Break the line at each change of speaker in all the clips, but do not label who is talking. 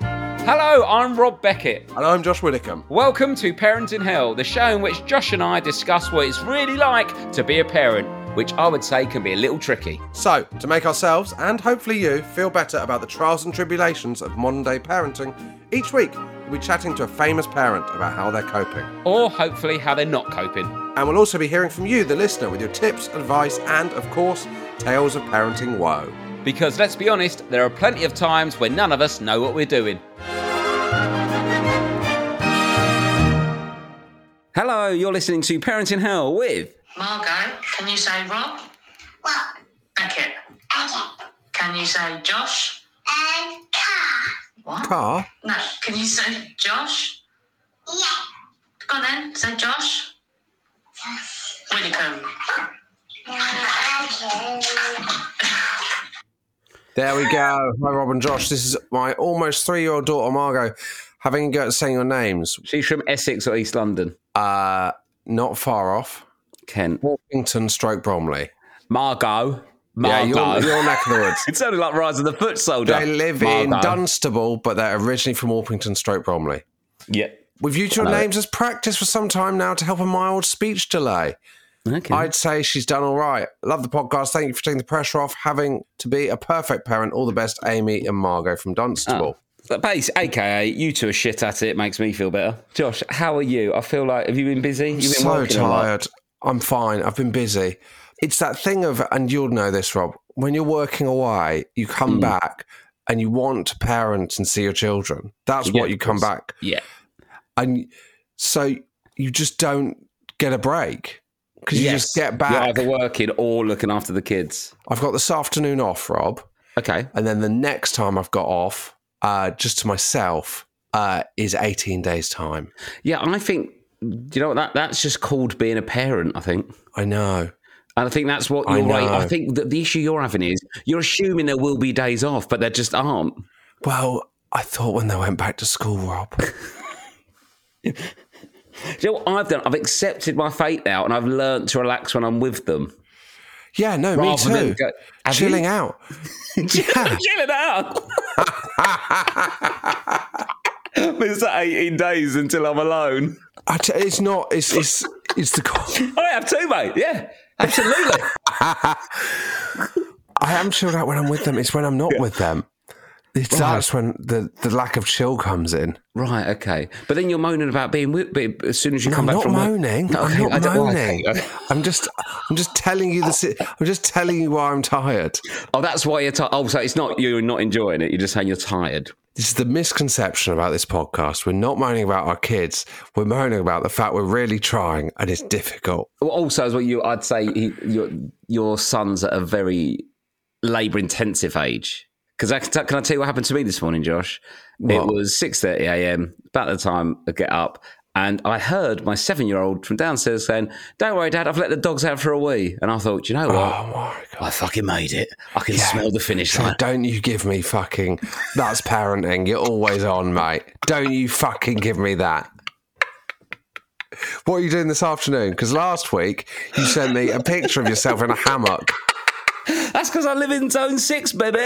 Hello, I'm Rob Beckett.
And I'm Josh Widdicombe.
Welcome to Parent in Hell, the show in which Josh and I discuss what it's really like to be a parent, which I would say can be a little tricky.
So, to make ourselves and hopefully you feel better about the trials and tribulations of modern day parenting, each week we'll be chatting to a famous parent about how they're coping.
Or hopefully how they're not coping.
And we'll also be hearing from you, the listener, with your tips, advice, and, of course, tales of parenting woe.
Because let's be honest, there are plenty of times when none of us know what we're doing. Hello, you're listening to Parent in Hell with.
Margot, can you say Rob?
What?
Beckett.
Again.
Can you say Josh?
And car.
What?
Car?
No, can you say Josh?
Yeah.
Go on then, say Josh. Willicombe.
Again.
There we go. Hi, Rob and Josh. This is my almost three year old daughter, Margot, having a go at saying your names.
She's from Essex or East London.
Uh, not far off.
Kent.
Walkington stroke Bromley.
Margot. Margot.
Yeah, your, your neck of the woods.
it sounded like Rise of the Foot Soldier.
They live in
Margot.
Dunstable, but they're originally from Orpington, Stoke Bromley.
Yeah.
We've used your
Hello.
names as practice for some time now to help a mild speech delay.
Okay.
I'd say she's done all right. Love the podcast. Thank you for taking the pressure off having to be a perfect parent. All the best, Amy and Margot from Dunstable.
But base, aka you two are shit at it. Makes me feel better. Josh, how are you? I feel like have you been busy? You've been
so
working a lot.
tired. I'm fine. I've been busy. It's that thing of, and you'll know this, Rob, when you're working away, you come
Mm.
back and you want to parent and see your children. That's
Yeah,
what you
of
come
course.
back.
Yeah.
and so you just don't get a break because you just
Yes.
get back.
You're either working or looking after the kids.
I've got this afternoon off, Rob,
Okay.
and then the next time I've got off, uh, just to myself, uh, is eighteen days time.
Yeah, I think do you know what that that's just called being a parent. I think.
I know.
And I think that's what
I
you're right. I
know.
think that the issue you're having is you're assuming there will be days off, but there just aren't.
Well, I thought when they went back to school, Rob.
Do you know what I've done? I've accepted my fate now, and I've learned to relax when I'm with them.
yeah, no, me
Rather than
too.
go- Have you?
Chilling out. yeah.
Chilling out. it's like 18 days until I'm alone.
I t- it's not. It's it's it's the. co-
I have too, mate. Yeah, absolutely.
I am chilled out when I'm with them. It's when I'm not with them. It's, That's when the the lack of chill comes in.
right, okay. But then you're moaning about being whipped but as soon as you
No,
come back
I'm not
from work-
moaning.
No,
I'm
okay, I
not
don't- well, okay,
moaning.
okay.
I'm just, I'm just telling you the. si- I'm just telling you why I'm tired.
Oh, that's why you're tired. Oh, so it's not you're not enjoying it. You're just saying you're tired.
This is the misconception about this podcast. We're not moaning about our kids. We're moaning about the fact we're really trying and it's difficult.
Well, Also, as well, you I'd say he, your your son's at a very labour intensive age. Because I can, t- can I tell you what happened to me this morning, Josh? It
What?
was six thirty a.m. About the time I get up, and I heard my seven year old from downstairs saying, "Don't worry, Dad, I've let the dogs out for a wee." And I thought, "Do you know what?
Oh my god!
I fucking made it. I can smell the finish
So
line.
don't you give me fucking. That's parenting. You're always on, mate. Don't you fucking give me that. What are you doing this afternoon? Because last week you sent me a picture of yourself in a hammock.
That's because I live in Zone Six, baby.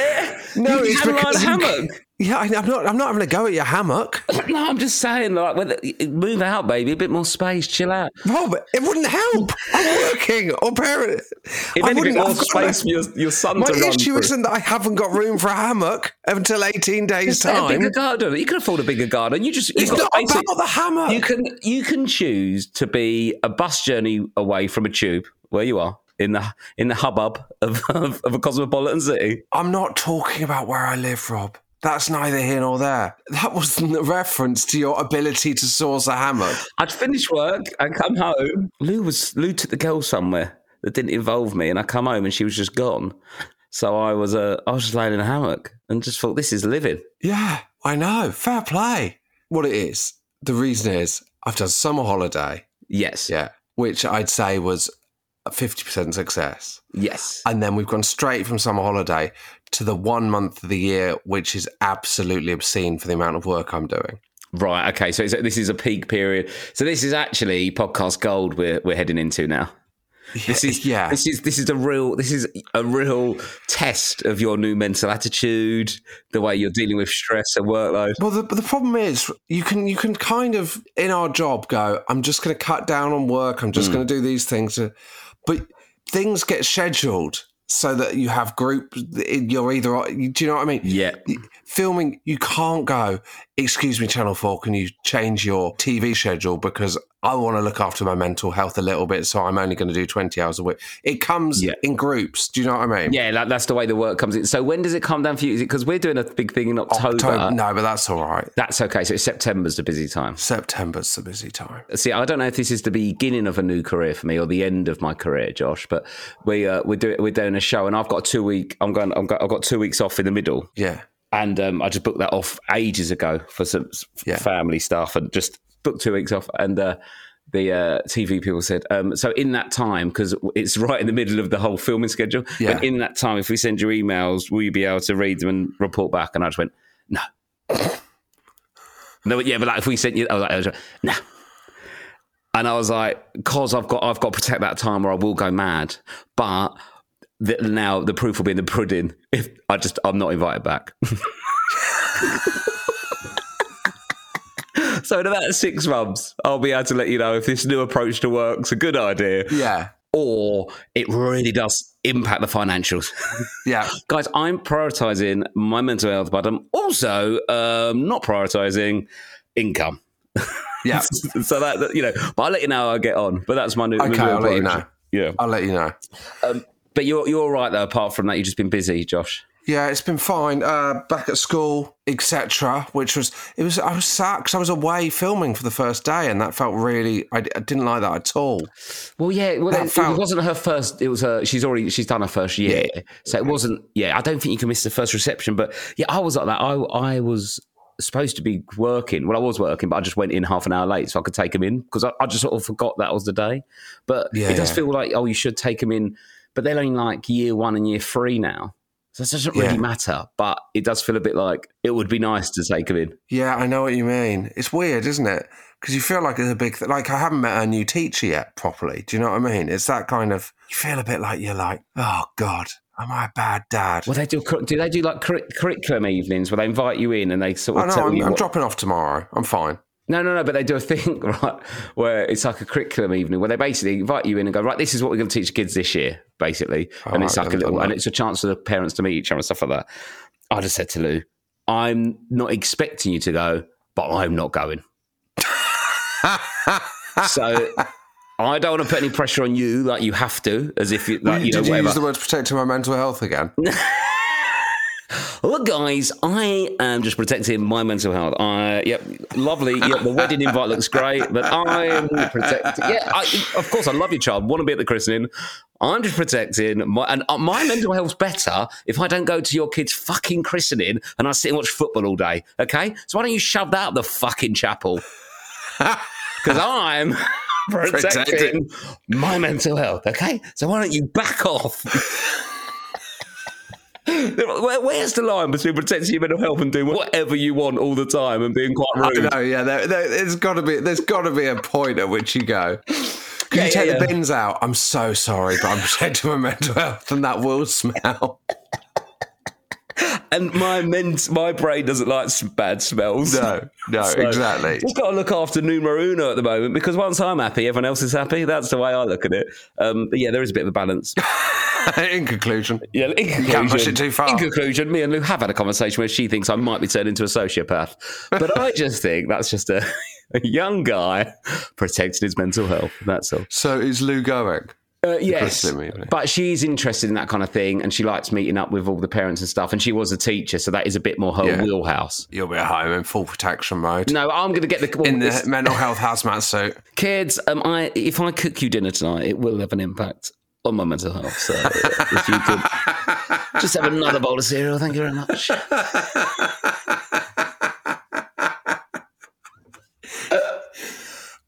No,
You
it's
can lie in a
because you-
hammock.
Yeah, I, I'm not. I'm not having a go at your hammock.
No, I'm just saying, like, whether, move out, baby. A bit more space, chill out.
Rob, it wouldn't help. I'm working or parent.
If
I
anything,
wouldn't.
more
I've got a-
space for your, your son
my
to run
issue
through.
isn't that I haven't got room for a hammock until 18 days
Just get a bigger
time.
garden. You can afford a bigger garden. You just you've
It's
got
not
space.
about the hammock.
You can you can choose to be a bus journey away from a tube where you are in the in the hubbub of, of, of a cosmopolitan city.
I'm not talking about where I live, Rob. That's neither here nor there. That was the reference to your ability to source a hammock.
I'd finish work and come home. Lou was Lou took the girl somewhere that didn't involve me, and I come home and she was just gone. So I was uh, I was just laying in a hammock and just thought this is living.
Yeah, I know. Fair play. What it is, the reason is I've done summer holiday,
Yes,
yeah, which I'd say was a 50% success.
yes.
And then we've gone straight from summer holiday to the one month of the year, which is absolutely obscene for the amount of work I'm doing.
Right. Okay. So it's, this is a peak period. So this is actually podcast gold we're, we're heading into now. This is
Yeah.
This is this is a real this is a real test of your new mental attitude, the way you're dealing with stress and workload.
Well, the, the problem is you can you can kind of in our job go. I'm just going to cut down on work. I'm just
Hmm.
going to do these things, Uh, but things get scheduled so that you have group. You're either. Do you know what I mean?
Yeah,
Filming, you can't go. Excuse me, Channel Four. Can you change your TV schedule because I want to look after my mental health a little bit. So I'm only going to do 20 hours a week. It comes
Yeah.
in groups. Do you know what I mean?
yeah, that, that's the way the work comes in. So when does it come down for you? Is it because we're doing a big thing in October?
October, no, but that's all right.
That's okay. So September's the busy time.
September's the busy time.
See, I don't know if this is the beginning of a new career for me or the end of my career, Josh. But we uh, we're doing we're doing a show, and I've got a two week. I'm going. I'm got, I've got two weeks off in the middle,
Yeah.
and um, I just booked that off ages ago for some s-
Yeah.
family stuff, and just booked two weeks off. And uh, the uh, TV people said, um, so in that time, because it's right in the middle of the whole filming schedule.
Yeah.
But in that time, if we send you emails, will you be able to read them and report back? And I just went, no. No, but yeah, but like if we sent you, I was like, I was like, no. And I was like, cause I've got, I've got to protect that time, or I will go mad. But the, now the proof will be in the pudding. If I just, I'm not invited back. so in about six months, I'll be able to let you know if this new approach to work's a good idea,
Yeah.
or it really does impact the financials.
Yeah.
Guys, I'm prioritizing my mental health, but I'm also um, not prioritizing income.
Yeah.
so that, that- you know, but I'll let you know how I get on. But that's my new. my
Okay,
new
I'll let you
approach. Yeah,
I'll let you know.
but you're you're all right though. Apart from that, you've just been busy, Josh.
Yeah, it's been fine. Uh, back at school, etc. Which was it was I was sad 'cause I was away filming for the first day, and that felt really I, I didn't like that at all.
Well, yeah, well,
That
it,
felt-
it wasn't her first. It was her. She's already she's done her first year, so it wasn't. Yeah, I don't think you can miss the first reception. But yeah, I was like that. I I was supposed to be working. Well, I was working, but I just went in half an hour late so I could take him in because I, I just sort of forgot that was the day. But
Yeah,
it does
yeah.
feel like oh, you should take him in, but they're only like year one and year three now. So it doesn't
Yeah.
really matter, but it does feel a bit like it would be nice to take him in.
Yeah, I know what you mean. It's weird, isn't it? Because you feel like it's a big th- like I haven't met a new teacher yet properly. Do you know what I mean? It's that kind of you feel a bit like you're like, oh god, am I a bad dad?
Well, they do. cur- Do they do like curri- curriculum evenings where they invite you in and they sort
I
of
know
tell
I'm,
you
I'm
what-
dropping off tomorrow. I'm fine.
No, no, no, but they do a thing, right, where it's like a curriculum evening where they basically invite you in and go, right, this is what we're going to teach kids this year, basically. and
right,
it's like a
I've
little,
Oh, done
and
that.
it's a chance for the parents to meet each other and stuff like that. I just said to Lou, I'm not expecting you to go, but I'm not going. so I don't want to put any pressure on you, like you have to, as if you, like, Uh, you know,
Did you
whatever.
use the words protecting my mental health again?
Look, guys, I am just protecting my mental health. I, yep, lovely. Yep, the wedding invite looks great, but I'm protecting. Yeah, I, of course, I love your child. Want to be at the christening. I'm just protecting my and uh, my mental health's better if I don't go to your kid's fucking christening and I sit and watch football all day. Okay, so why don't you shove that up the fucking chapel? Because I'm protecting my mental health. Okay, so why don't you back off? Where, where's the line between protecting your mental health and doing whatever you want all the time and being quite rude?
No, yeah, there, there, there's got to be there's got to be a point at which you go. Can
Yeah,
you take
yeah, yeah.
the bins out? I'm so sorry, but I'm protecting my mental health, and that will smell.
And my ment- my brain doesn't like s- bad smells.
No, no,
So,
exactly.
Just got to look after numero uno at the moment because once I'm happy, everyone else is happy. That's the way I look at it. Um, but yeah, there is a bit of a balance.
In conclusion,
Yeah, in conclusion,
can't push it too far.
In conclusion, me and Lou have had a conversation where she thinks I might be turned into a sociopath, but I just think that's just a, a young guy protecting his mental health. That's all.
so is Lou going?
Uh, yes,
Christian movie.
but she's interested in that kind of thing, and she likes meeting up with all the parents and stuff. And she was a teacher, so that is a bit more her
Yeah.
wheelhouse.
You'll be at home in full protection mode.
No, I'm going to get the, well,
In the
it's-
mental health hazmat suit.
kids. Um, I if I cook you dinner tonight, it will have an impact on my mental health. So uh, if you could just have another bowl of cereal, thank you very much.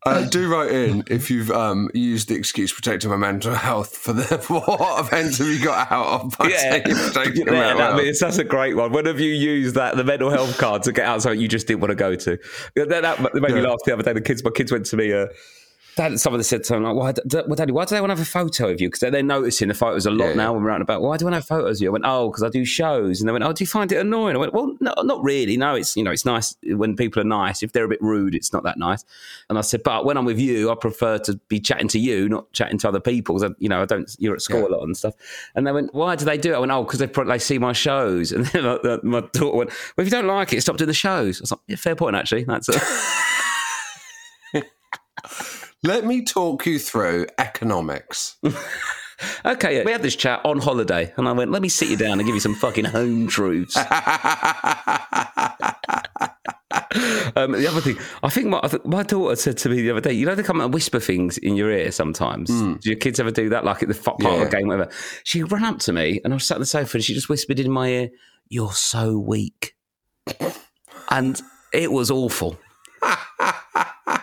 Uh, do write in if you've um, used the excuse protecting my mental health for the for what events have you got out of by
Yeah,
saying protecting my
yeah
mental
that
health?
means, that's a great one. When have you used that the mental health card to get out something you just didn't want to go to? That, that made me
Yeah.
laugh the other day. The kids, my kids went to me. Uh, Dad, somebody said something like, why, d- d- well, Daddy, why do they want to have a photo of you? Because they're noticing the photos a lot
Yeah,
now when we're out and about. Why do I want to have photos of you? I went, oh, because I do shows. And they went, oh, do you find it annoying? I went, well, no, not really. No, it's, you know, it's nice when people are nice. If they're a bit rude, it's not that nice. And I said, but when I'm with you, I prefer to be chatting to you, not chatting to other people. 'Cause I, you know, I don't, you're at school a lot and stuff. And they went, why do they do it? I went, oh, because they, pro- they see my shows. And then uh, my daughter went, well, if you don't like it, stop doing the shows. I was like, yeah, fair point, actually. That's it.
Let me talk you through economics.
Okay, we had this chat on holiday, and I went, let me sit you down and give you some fucking home truths. Um, the other thing, I think my, I think my daughter said to me the other day, you know, they come and whisper things in your ear sometimes. Do your kids ever do that? Like at the fuck part of the
Yeah.
game, whatever. She ran up to me, and I was sat on the sofa, and she just whispered in my ear, You're so weak. And it was awful.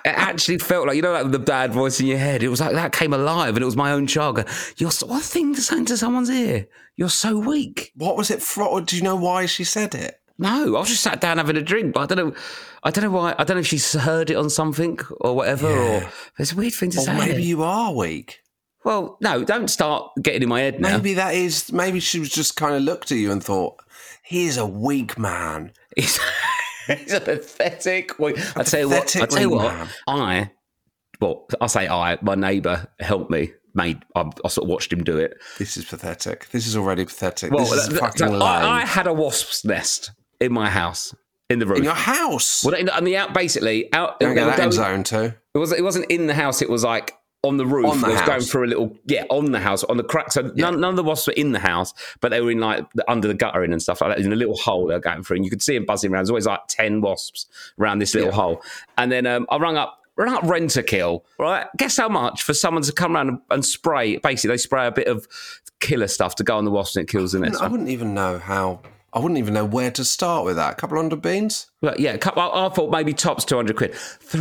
It actually felt like you know, like the bad voice in your head. It was like that came alive, and it was my own child. going, You're so, what thing to say into someone's ear? You're so weak.
what was it for? or Do you know why she said it?
No, I was just sat down having a drink, but I don't know. I don't know why. I don't know if she's heard it on something or whatever. Or it's a weird thing to
Or
say.
maybe you are weak.
well, no, don't start getting in my head now.
Maybe that is. Maybe she was just kind of looked at you and thought, "He's a weak man."
He's, he's a pathetic. Wait, I tell you what. I
pathetic
tell you what.
man.
I well, I say I. My neighbour helped me. Made I, I sort of watched him do it.
This is pathetic. This is already pathetic.
Well,
this is
th- th-
fucking lame.
I, I had a wasp's nest in my house in the roof.
In your house,
well, in, on the out basically out.
don't
they
get
were
that in zone
going-
too.
It was. It wasn't in the house. It was like on the roof.
On the
it was
house.
going through a little. Yeah, on the house, on the crack. So none, none of the wasps were in the house, but they were in like the, under the guttering and stuff like that. In a little hole they were going through, and you could see them buzzing around. There's always like ten wasps around this little hole. And then um, I rung up. Run up rent a kill, right? Guess how much for someone to come around and, and spray? Basically, they spray a bit of killer stuff to go on the wasps and it kills the next
I
one.
wouldn't even know how. I wouldn't even know where to start with that. A couple hundred beans.
Well, yeah, a couple, I, I thought maybe tops 200 quid.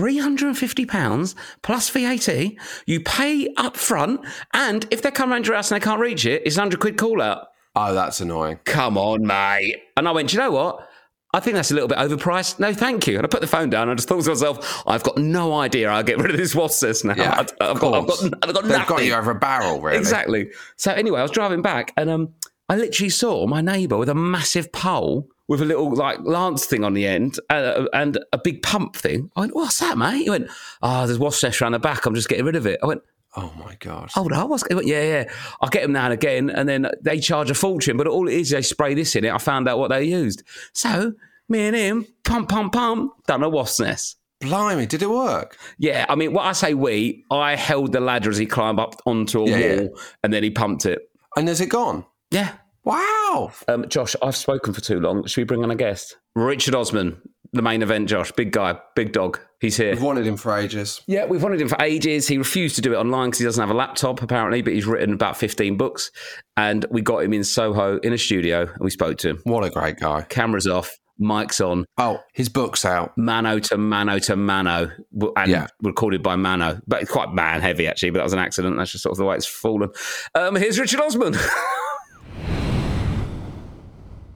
350 pounds plus VAT, you pay up front, and if they come round your house and they can't reach it, it's 100 quid call out.
Oh, that's annoying.
Come on, mate. And I went, "Do you know what? I think that's a little bit overpriced. No, thank you. And I put the phone down and I just thought to myself, I've got no idea how I'll get rid of this wasp nest now.
Yeah,
I- I've,
of
got, I've,
course.
got, I've got
They've
nothing.
got you over a barrel, really.
Exactly. So anyway, I was driving back and um, I literally saw my neighbour with a massive pole with a little like lance thing on the end uh, and a big pump thing. I went, "What's that, mate?" He went, "Oh, there's wasp nest around the back. I'm just getting rid of it." I went,
Oh my god.
"Oh no, what's?" He went, "Yeah, yeah. I get them now and again, and then they charge a fortune. But all it is, they spray this in it. I found out what they used. So me and him, pump, pump, pump, done a wasp nest."
Blimey, did it work?
Yeah, I mean, what I say we, I held the ladder as he climbed up onto a
Yeah, yeah.
wall, and then he pumped it.
And is it gone?
Yeah,
Wow.
Um, Josh, I've spoken for too long. Should we bring on a guest? Richard Osman, the main event, Josh. Big guy, big dog. He's here.
We've wanted him for ages.
Yeah, we've wanted him for ages. He refused to do it online because he doesn't have a laptop, apparently, but he's written about 15 books. And we got him in Soho in a studio and we spoke to him.
What a great guy.
Cameras off, mics on,
Oh, his book's out.
mano to mano to mano, w- and
Yeah.
recorded by mano. But it's quite man heavy, actually, but that was an accident. That's just sort of the way it's fallen. Um, here's Richard Osman.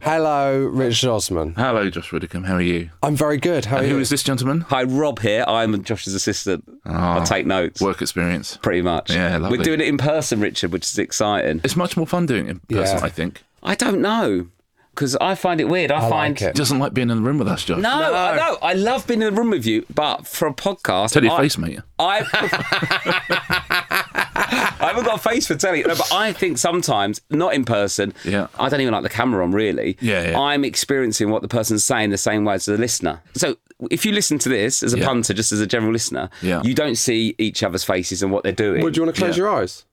Hello, Richard Osman.
Hello, Josh Widdicombe. How are you?
I'm very good. How are
And
you?
who is this gentleman?
Hi, Rob here. I'm Josh's assistant. I take notes.
Work experience.
pretty much.
Yeah, lovely.
We're doing it in person, Richard, which is exciting.
It's much more fun doing it in person,
Yeah.
I think.
I don't know because I find it weird. I,
I
find
like it.
Doesn't like being in the room with us, Josh.
No, I know. I love being in a room with you, but for a podcast,
Tell your
I,
face, mate.
I, I haven't got a face for telling. No, but I think sometimes not in person.
Yeah.
I don't even like the camera on really.
Yeah, yeah.
I'm experiencing what the person's saying the same way as the listener. So if you listen to this as a
Yeah.
punter, just as a general listener,
Yeah.
you don't see each other's faces and what they're doing.
Would you want to close your eyes?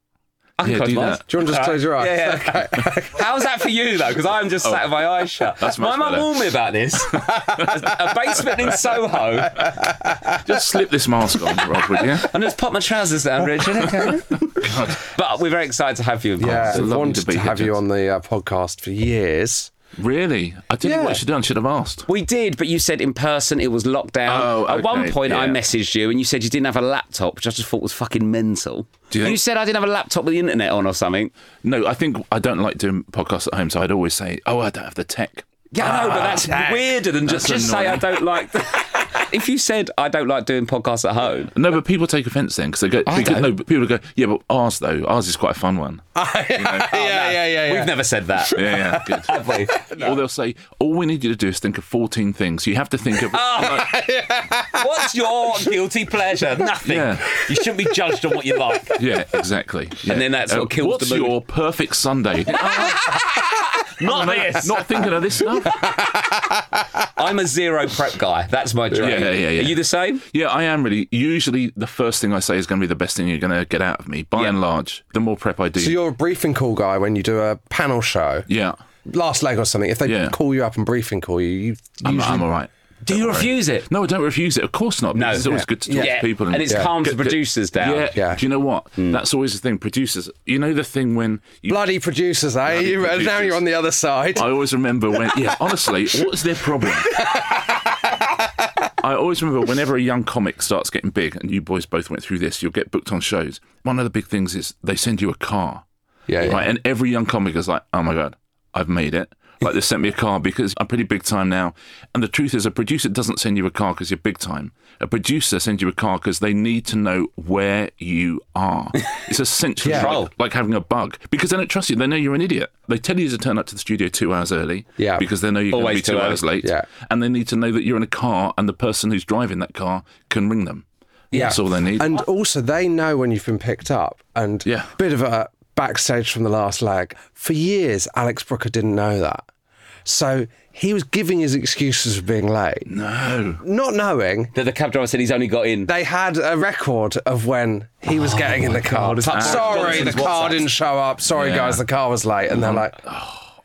I can
Yeah,
close
do
my
that.
eyes.
Do you want to just close your eyes?
Yeah, yeah. okay. How's that for you though? Because I'm just sat with my eyes shut.
Oh. That's
my
much
mum
better.
warned me about this. a basement in Soho,
Just slip this mask on, Rob, would you?
and just pop my trousers down, Richard. Okay. but we're very excited to have you. in
Yeah,
it's lovely
I've
to
wanted to,
be here,
have you
gents.
on the uh, podcast for years.
Really? I didn't know
Yeah.
what should have done. Should have asked.
We did, but you said in person it was lockdown.
Oh,
At one
okay,
point, I
yeah.
messaged you and you said you didn't have a laptop, which I just thought was fucking mental.
Do you think-
you said I didn't have a laptop with the internet on or something.
No, I think I don't like doing podcasts at home, so I'd always say, oh, I don't have the tech.
Yeah, I know, but that's
tech.
weirder than just,
That's
just say I
annoying.
don't like. if you said I don't like doing podcasts at home,
No, but people take offence then because they go. because-
don't.
no, but people go. Yeah, but ours though. Ours is quite a fun one.
yeah, yeah, yeah,
Oh, we've never said that.
Yeah, yeah, good. Or they'll say, all we need you to do is think of 14 things. You have to think of.
Oh, What's your guilty pleasure? Nothing.
Yeah.
You shouldn't be judged on what you like.
yeah, exactly. Yeah. Uh,
then that's what kills
What's
the mood. Ah,
your perfect Sunday?
Not
Not-
this.
Not thinking of this stuff.
I'm a zero prep guy. That's my dream.
Yeah, yeah, yeah, yeah.
Are you the same?
Yeah, I am really. Usually, the first thing I say is going to be the best thing you're going to get out of me. By
Yeah.
and large, the more prep I do.
So you're a briefing call guy when you do a panel show,
yeah,
last leg or something. If they
Yeah.
call you up and briefing call you, you
I'm,
usually
I'm all right.
Do you refuse it?
No, I don't refuse it. Of course not.
No.
because it's always
Yeah.
good to talk
Yeah.
to people,
And it's calmed the
Good- good-
producers down. Hmm.
Yeah.
Yeah.
Do you know what? That's always the thing. Producers, you know the thing when you
bloody producers, eh? You- Now
producers.
you're on the other side.
I always remember when, yeah, honestly, what's their problem? I always remember whenever a young comic starts getting big, and you boys both went through this, you'll get booked on shows. One of the big things is they send you a car.
yeah, yeah.
Right. And every young comic is like, oh my God, I've made it. Like they sent me a car because I'm pretty big time now. And the truth is, a producer doesn't send you a car because you're big time. A producer sends you a car because they need to know where you are. It's essentially
Yeah.
like, like having a bug because they don't trust you. They know you're an idiot. They tell you to turn up to the studio two hours early
Yeah.
because they know you're going to
Always
be two
too early.
hours late.
Yeah.
And they need to know that you're in a car and the person who's driving that car can ring them. Yeah. That's all they need.
And also, they know when you've been picked up. And
Yeah.
bit of a backstage from the last leg. For years, Alex Brooker didn't know that. So he was giving his excuses for being late.
no.
Not knowing
That the cab driver said he's only got in.
they had a record of when he was getting in the car.
like
Sorry, the
Johnson's
car
WhatsApps.
didn't show up. Sorry,
Yeah.
guys, the car was late. And they're like,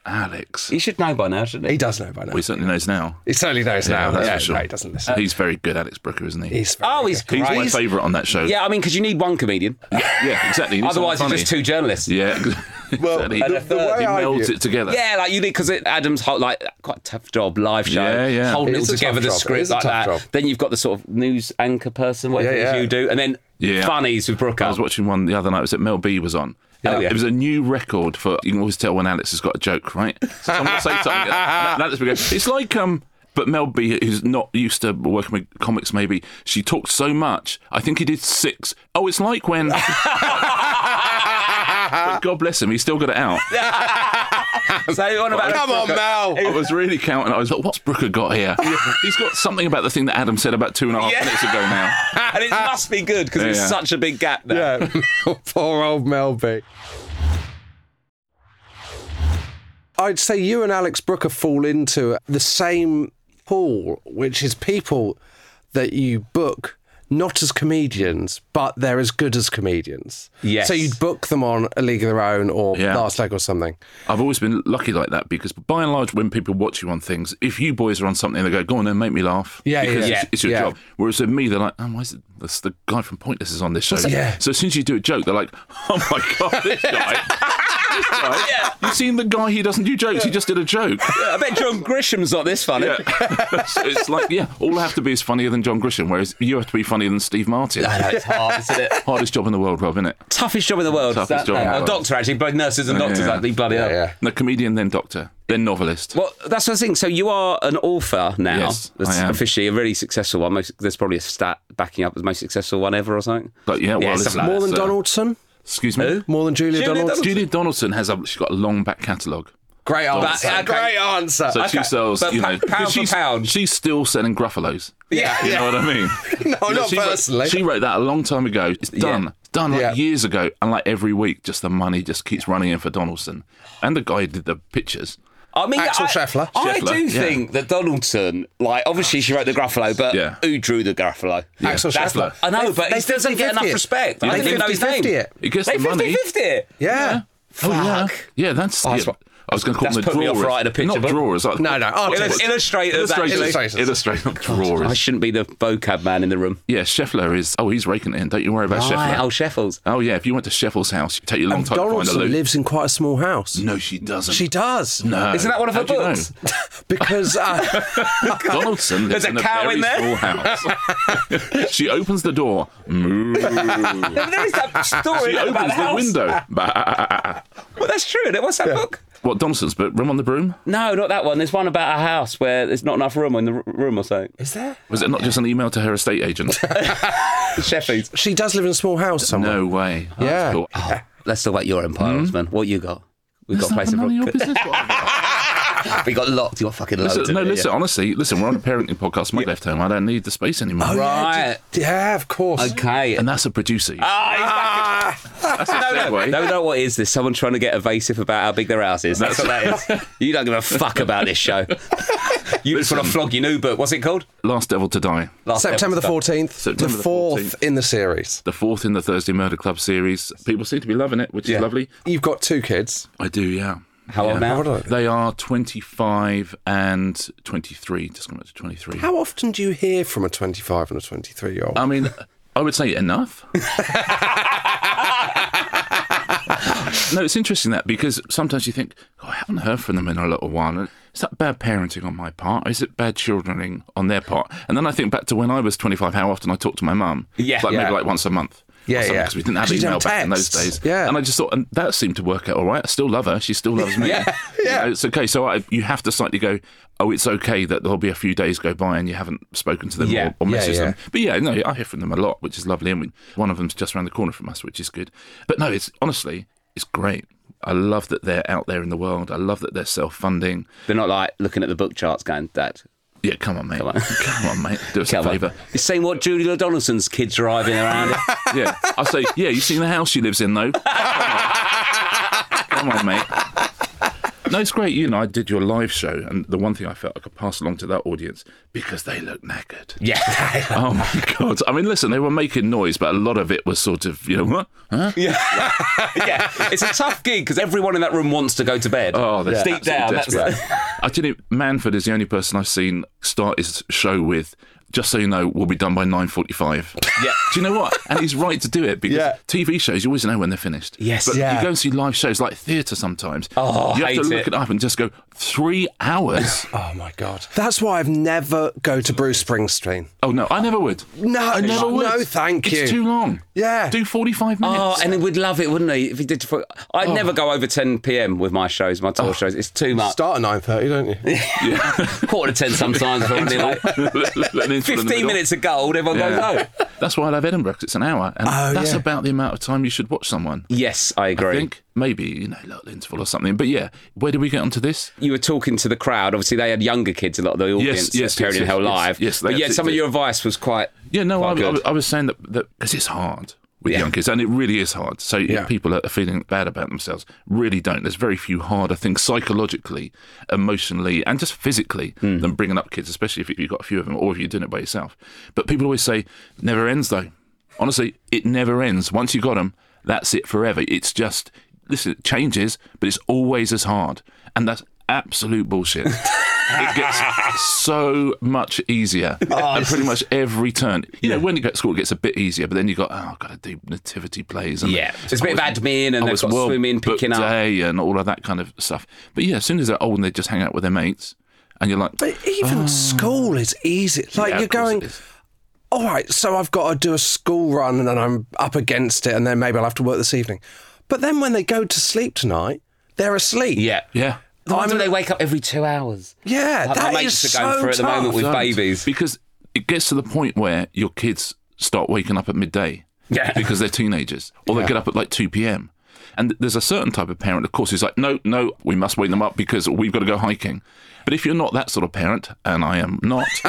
Alex.
He should know by now, shouldn't
he
he?
does know by now.
He certainly knows now.
He certainly knows now.
that's
yeah,
for sure. Uh,
no, he doesn't listen.
He's very good, Alex Brooker, isn't he?
He's very
Oh, he's
good.
He's
great.
my favourite on that show.
yeah, I mean, because you need one comedian.
yeah, exactly. He's
Otherwise, it's
not funny.
just two journalists.
Yeah, well, exactly.
and a
he
third.
way I
melds
view-
it together.
Yeah, like you did because Adam's whole, like quite a tough job, live show,
Yeah, yeah.
holding
It
it,
is
all
a
together,
tough
the
job. It
script
is a
like
tough
that.
job.
Then you've got the sort of news anchor person, whatever
Yeah,
it is
yeah.
you do, and then
Yeah.
funnies with Brooker.
I was watching one the other night. It was that Mel B was on.
Oh, yeah.
It was a new record for. You can always tell when Alex has got a joke, right? So someone will say something. and Alex will go, It's like um. But Mel B, who's not used to working with comics, maybe she talked so much. I think he did six. Oh, it's like when. But God bless him, he still got it out.
so on about
Come on, Mel.
I was really counting. I was like, what's Brooker got here? He's got something about the thing that Adam said about two and a half
Yeah.
minutes ago now.
and it must be good because
Yeah,
it's
yeah.
such a big gap now.
Yeah, poor old Melby. I'd say you and Alex Brooker fall into the same pool, which is people that you book not as comedians, but they're as good as comedians.
Yes.
So you'd book them on A League of Their Own or
Yeah.
Last Leg or something.
I've always been lucky like that because by and large, when people watch you on things, if you boys are on something, they go, go on then, make me laugh.
Yeah, yeah,
because
yeah.
It's, it's your
Yeah.
job. Whereas with me, they're like, oh, why is it, this, the guy from Pointless is on this show.
Yeah.
So as soon as you do a joke, they're like, oh my God, this guy. this guy. You've seen the guy, he doesn't do jokes, he just did a joke.
I bet John Grisham's not this funny.
Yeah. so it's like, yeah, all I have to be is funnier than John Grisham, whereas you have to be funnier than Steve Martin.
I know it's hard, isn't it?
Hardest job in the world, Rob, isn't it?
Toughest job in the world.
Toughest
That-
job in the
uh,
world.
A doctor, actually, both nurses and
Yeah,
doctors,
yeah.
that'd be bloody hell.
yeah.
The comedian, then doctor, then novelist.
Well, that's the thing. So you are an author now.
Yes, I
that's
am.
officially a really successful one. Most, there's probably a stat backing up as most successful one ever or something.
But yeah, well,
something
listen,
like
More than
that's, uh,
Donaldson?
Excuse me.
More than Julia,
Julia
Donaldson?
Donaldson.
Julia Donaldson has a she's got a long back catalogue.
Great answer.
But- okay.
Great answer.
So
Okay,
she sells,
but
you
pa-
know,
pound
'cause
for
she's,
pound.
She's still selling Gruffalos.
Yeah,
you
yeah.
know what I mean.
No,
You know,
not
she wrote-
personally.
she wrote that a long time ago. It's done, It's done like
Yeah.
years ago, and like every week, just the money just keeps running in for Donaldson, and the guy who did the pictures.
I mean,
Axel
I,
Scheffler.
I
Scheffler,
do
yeah.
think that Donaldson, like, obviously she wrote the Gruffalo, but
Yeah.
who drew the Gruffalo?
Axel
That's
Scheffler.
not, I know, but
they
he doesn't get
50-50
enough
it.
respect.
They
I don't even know his name.
50-50 it.
He gets
They
the money.
50 it.
Yeah.
Oh yeah,
Fuck.
yeah. That's.
Oh,
yeah.
that's what-
I was going to call
that's
them the
put me
drawers.
off writing a picture
not
book.
drawers. I-
No, no.
Illus-
Artists.
illustrators. that-
illustrators.
illustrators.
Illustrators.
Illustrators, not
I
drawers.
shouldn't be the vocab man in the room.
Yeah, Scheffler is. Oh, he's raking it in. Don't you worry about Scheffler.
Oh, Sheffles.
Oh yeah, if you went to Sheffield's house, it'd take you a Mm. long time to
Donaldson
find a loot.
lives in quite a small house.
no, she doesn't.
She does.
No.
Isn't that one of
How
her
do you
books?
Because uh,
know? Donaldson lives
There's a
in a
cow
very
in there.
small house. she opens the door. Moo.
there is that story
She
about
opens
the
the
house.
window. Bah.
Well, that's true. isn't it? What's that book?
What Donaldson's book, Room on the Broom?
No, not that one. There's one about a house where there's not enough room in the r- room or something.
Is there?
Was it not just an email to her estate agent?
Sheffield.
She does live in a small house somewhere.
no way. That's
Yeah.
cool.
Let's talk about your empire, Osman. What you got? We've got
It's not
places.
none of your
for-
business. What have I got?
we got locked. You got fucking loads.
Listen, no,
didn't we?
listen. Honestly, listen. We're on a parenting podcast. My left home. I don't need the space anymore.
Oh, Right.
Uh, Yeah, of course.
Okay.
And that's a producer.
Oh. Ah,
that's a segue.
No, no, what is this? Someone trying to get evasive about how big their house is. That's what that is. You don't give a fuck about this show. You just want to flog your new book. What's it called?
Last Devil to Die.
Last
September the
episode.
14th,
September
the
the
fourth
14th.
in the series.
The fourth in the Thursday Murder Club series. People seem to be loving it, which
Yeah.
is lovely.
You've got two kids.
I do, yeah.
How old now?
Hold on.
They are 25 and 23. Just come up to 23.
How often do you hear from a 25 and a 23 year old?
I mean, I would say enough. no, it's interesting that because sometimes you think, oh, I haven't heard from them in a little while. And Is that bad parenting on my part? Or is it bad childrening on their part? And then I think back to when I was 25, how often I talked to my mum.
Yeah.
It's like
Yeah.
maybe like once a month.
Yeah, yeah.
Because we didn't have
Because you
email
don't
back in those
text.
days.
Yeah.
And I just thought, and that seemed to work out all right. I still love her. She still loves me. yeah.
yeah.
it's okay. So I, you have to slightly go, oh, it's okay that there'll be a few days go by and you haven't spoken to them
Yeah.
or, or messaged
yeah.
them. But yeah, no, I hear from them a lot, which is lovely. And we, one of them's just around the corner from us, which is good. But no, it's honestly, it's great. I love that they're out there in the world. I love that they're self funding.
They're not like looking at the book charts going, Dad.
Yeah, come on, mate. Come
on.
on, mate. Do us
Come
a
on.
favour.
You're saying what Judy Donaldson's kids driving around.
Yeah. I say, yeah, you've seen the house she lives in, though. Come on, mate. No, it's great. You know, I did your live show, and the one thing I felt I could pass along to that audience because they look knackered.
yeah.
Oh my god! I mean, listen, they were making noise, but a lot of it was sort of, you know, huh? Huh?
yeah, it's a tough gig because everyone in that room wants to go to bed.
Oh, they're
deep
absolutely
down. That's
desperate. I tell you, Manford is the only person I've seen start his show with. Just so you know, we'll be done by nine forty-five.
Yeah.
Do you know what? And he's right to do it because
Yeah.
TV shows you always know when they're finished.
Yes.
but
Yeah.
you go and see live shows like theatre sometimes.
Oh,
you have
hate
to look
it.
it up and just go three hours.
Oh my God. That's why I've never go to Bruce Springsteen.
oh no, I never would.
No,
I never would.
no, thank you.
It's too long.
Yeah.
do forty-five minutes.
Oh, and he would love it, wouldn't he? If he did, for, I'd never go over 10 p.m. with my shows, my tour shows. It's too much.
Start at 9.30, don't you?
Quarter to 10 sometimes. we're only like
Let me fill in the
15
middle.
minutes of gold. Everyone goes,
Yeah.
oh.
That's why I love Edinburgh 'cause it's an hour, and that's
Oh, yeah.
about the amount of time you should watch someone.
Yes, I agree.
I think maybe you know little interval or something. But yeah, where do we get onto this?
you were talking to the crowd. Obviously, they had younger kids, a lot of the audience.
yes,
at Parody
yes,
in Hell
yes,
Live.
yes, they
but yeah,
absolutely
some of
did.
your advice was quite.
Yeah, no, I,
Quite
I,
good.
I was saying that because it's hard with
Yeah.
young kids, and it really is hard. So if
Yeah.
people are feeling bad about themselves. Really don't. There's very few harder things psychologically, emotionally, and just physically than bringing up kids, especially if you've got a few of them or if you're doing it by yourself. But people always say never ends though. Honestly, it never ends. Once you got them, that's it forever. It's just listen, it changes, but it's always as hard, and that's absolute bullshit. it gets so much easier
Oh,
at pretty much every turn. You know, when you go to school, it gets a bit easier, but then you got, oh, I've got to do nativity plays. And
Yeah. There's a bit of
I was-
admin and
I
they've
was
got
World
swimming,
Book
picking up.
Day and all of that kind of stuff. But yeah, as soon as they're old and they just hang out with their mates, and you're like,
But even school is easy. Like
Ah. Yeah,
you're
of course
going,
it is.
all right, so I've got to do a school run and then I'm up against it and then maybe I'll have to work this evening. But then when they go to sleep tonight, they're asleep.
Yeah.
yeah.
Why
I'm-
do they wake up every two hours?
Yeah,
Like my
that
mates
is
are going
so
through at the
tough.
moment with
Don't.
babies.
Because it gets to the point where your kids start waking up at midday.
Yeah.
Because they're teenagers. Or they get up at like 2 p.m. And there's a certain type of parent, of course, who's like, no, no, we must wake them up because we've got to go hiking. But if you're not that sort of parent, and I am not,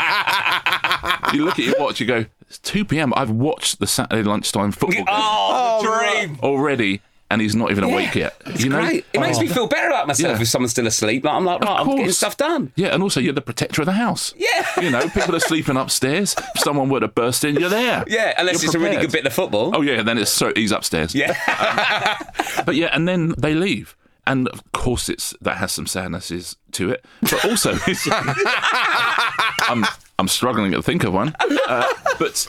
uh, you look at your watch, you go, it's 2 p.m. I've watched the Saturday lunchtime football game
Oh, the dream.
already, and he's not even awake
Yeah,
yet.
It's
you know?
great. It makes me feel better about myself
Oh. Yeah.
if someone's still asleep. Like I'm like, right, I'm getting
course.
stuff done.
Yeah, and also you're the protector of the house.
Yeah.
You know, people are sleeping upstairs. If someone were to burst in, you're there.
Yeah, unless
You're
it's a really
prepared.
good bit of football.
Oh yeah, then it's so he's upstairs. Yeah. but yeah, and then they leave. And of course it's that has some sadnesses to it. But also it's- I'm I'm struggling to think of one. Uh, but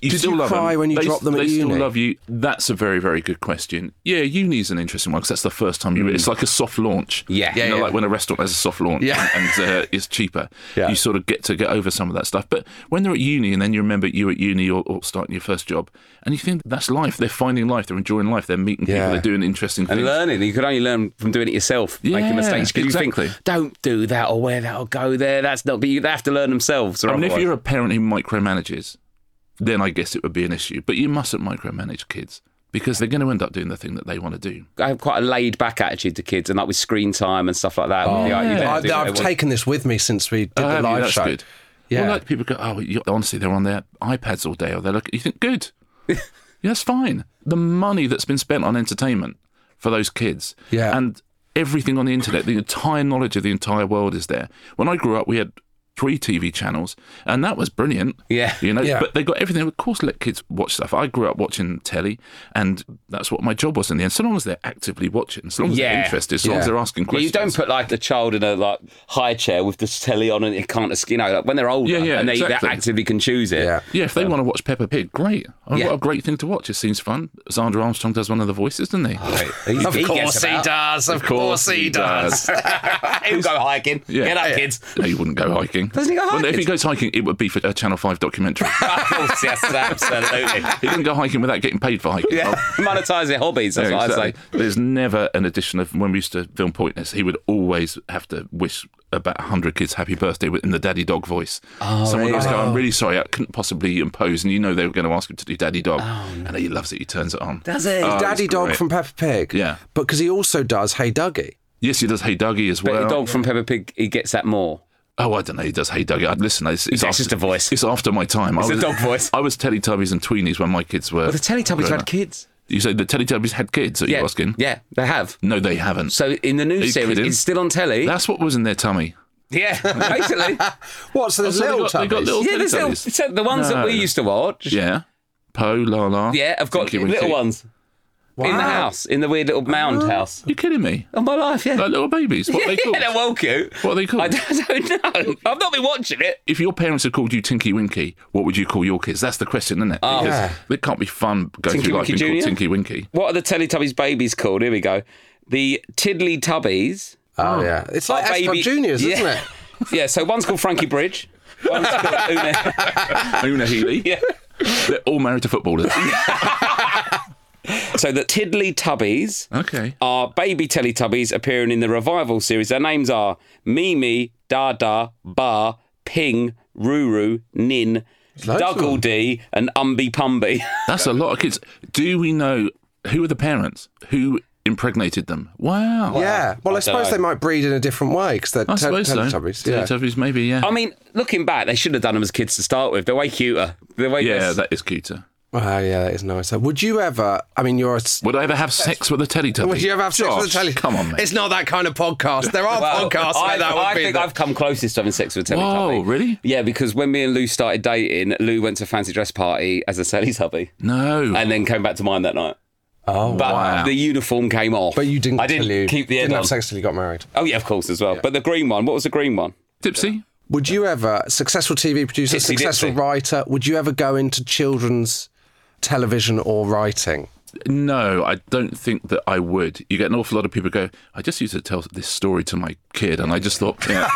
You
Did
still
you
love
cry
them.
when you
they,
dropped them at
they still
uni?
love you. That's a very, very good question. Yeah, uni's an interesting one because that's the first time you.
Mm.
It's like a soft launch.
Yeah.
you
Yeah,
know,
yeah.
like when a restaurant has a soft launch.
Yeah.
and uh, it's cheaper.
Yeah.
you sort of get to get over some of that stuff. But when they're at uni and then you remember you at uni or, or starting your first job, and you think that's life. They're finding life. They're enjoying life. They're meeting
Yeah.
people. They're doing interesting
And
things.
learning, you could only learn from doing it yourself, making
Yeah,
mistakes. Because you
exactly.
think, don't do that or wear that or go there. That's not. But you they have to learn themselves. Or
I mean, if
otherwise-
you're a parent who micromanages, then I guess it would be an issue. But you mustn't micromanage kids because they're going to end up doing the thing that they want to do.
I have quite a laid back attitude to kids, and like with screen time and stuff like that. yeah, you don't
I've,
do what
I've
they want.
taken this with me since we did
Oh,
the
have you?
live
That's
show.
good.
Yeah.
Well, like people go, oh, you, honestly, they're on their iPads all day, or they're looking. You think, good, yeah, that's fine. The money that's been spent on entertainment for those kids,
Yeah.
and everything on the internet, the entire knowledge of the entire world is there. When I grew up, we had three TV channels, and that was brilliant.
Yeah.
you know,
Yeah.
but they got everything. Of course, let kids watch stuff. I grew up watching telly, and that's what my job was in the end. So long as they're actively watching, so long as
Yeah.
they're interested, so long as
Yeah.
they're asking
Yeah, you
questions.
don't put like the child in a like high chair with the telly on and it can't, you know, like, when they're older
Yeah, yeah,
and they,
exactly.
they actively can choose it.
Yeah.
Yeah, if they want to watch Peppa Pig, great. Oh,
Yeah.
What a great thing to watch. It seems fun. Sandra Armstrong does one of the voices, doesn't he?
He, of
course he
does. Of
course he does.
He'll go hiking.
Yeah.
Get up, kids.
No, he wouldn't go hiking.
Doesn't he go
Well, no, if
hiking?
he goes hiking, it would be for a Channel 5 documentary.
of course, yes, absolutely.
he didn't go hiking without getting paid for hiking.
Yeah.
Oh,
Monetize your hobbies, that's
yeah,
what I say.
exactly. There's never an edition of when we used to film Pointness, he would always have to wish about 100 kids happy birthday in the daddy dog voice.
Oh,
Someone always go, I'm really sorry, I couldn't possibly impose. And you know they were going to ask him to do daddy dog.
Oh,
And he loves it, he turns it on.
Does it?
Oh,
Daddy
it's
Dog
great.
from Peppa Pig.
Yeah.
But because he also does Hey Dougie.
Yes, he does Hey Dougie as
but
well.
the dog from Peppa Pig, he gets that more.
Oh, I don't know. He does. Hey, Dougie. I- Listen, it's, it's,
That's just a voice.
It's after my time.
It's
I
a
was,
dog voice.
I was Teletubbies and Tweenies when my kids were.
But the Teletubbies
growing
had
up.
kids.
You say the Teletubbies had kids? Are you asking?
Yeah, they have.
No, they haven't.
So in the
Are
new
you
series,
kidding?
it's still on telly.
That's what was in their tummy.
yeah, basically.
What? So there's
so they
little
got- they got
tubbies?
little-
yeah, there's little,
Teletubbies.
so the ones that we
No.
used to watch.
Yeah. Poe, La La.
Yeah, I've got
Tinky
little
Winky. Ah.
ones in the house, in the weird little mound house.
You're kidding me?
Of my life, yeah.
Like little babies. What
yeah,
are they called?
yeah, they're well cute.
What are they called?
I don't, I don't know. I've not been watching it.
if your parents had called you Tinky Winky, what would you call your kids? That's the question, isn't it? Oh,
Yeah.
It can't be fun going
Ah. Tinky
through life
Winky
being
Junior?
called Tinky Winky.
What are the Teletubbies babies called? Here we go. The Tiddly Tubbies.
Oh, yeah. It's like
Our
Escort
baby-
Juniors, isn't
Yeah.
it?
Yeah, so one's called Frankie Bridge. One's called Una.
Una Healy.
Yeah.
They're all married to footballers.
So the Tiddly Tubbies
okay.
are baby Teletubbies appearing in the revival series. Their names are Mimi, Dada, Ba, Ping, Ruru, Nin,
loads of
Dougal
them.
D, and Umby Pumby.
That's a lot of kids. Do we know who are the parents? Who impregnated them? Wow.
Yeah. Well, I, suppose
know.
they might breed in a different way because they're
I
te-
suppose so.
Teletubbies. Yeah. Oh,
Teletubbies, maybe, yeah.
I mean, looking back, they should have done them as kids to start with. They're way cuter. They're way
yeah,
less-
that is cuter.
Wow, yeah, that is nice. Would you ever? I mean, you're. A, s-
Would I ever have sex with a Teletubby?
would you ever have sex with a
Josh,
Teletubby?
Come on, mate.
It's not that kind of podcast. There are
Well,
podcasts
I,
where that would
I
be.
think
the-
I've come closest to having sex with a Teletubby.
Whoa, really?
Yeah, because when me and Lou started dating, Lou went to a fancy dress party as a Teletubby
no.
and then came back to mine that night.
Oh,
But
Wow.
the uniform came off.
but you didn't.
I didn't
till you,
keep the
didn't
end on.
have sex till you got married.
Oh yeah, of course as well. But the green one. What was the green one?
Tipsy?
Would you ever, successful TV producer,
Tipsy
successful
Dipsy.
writer, would you ever go into children's television or writing?
No, I don't think that I would. You get an awful lot of people go, I just used to tell this story to my kid, and I just thought, yeah,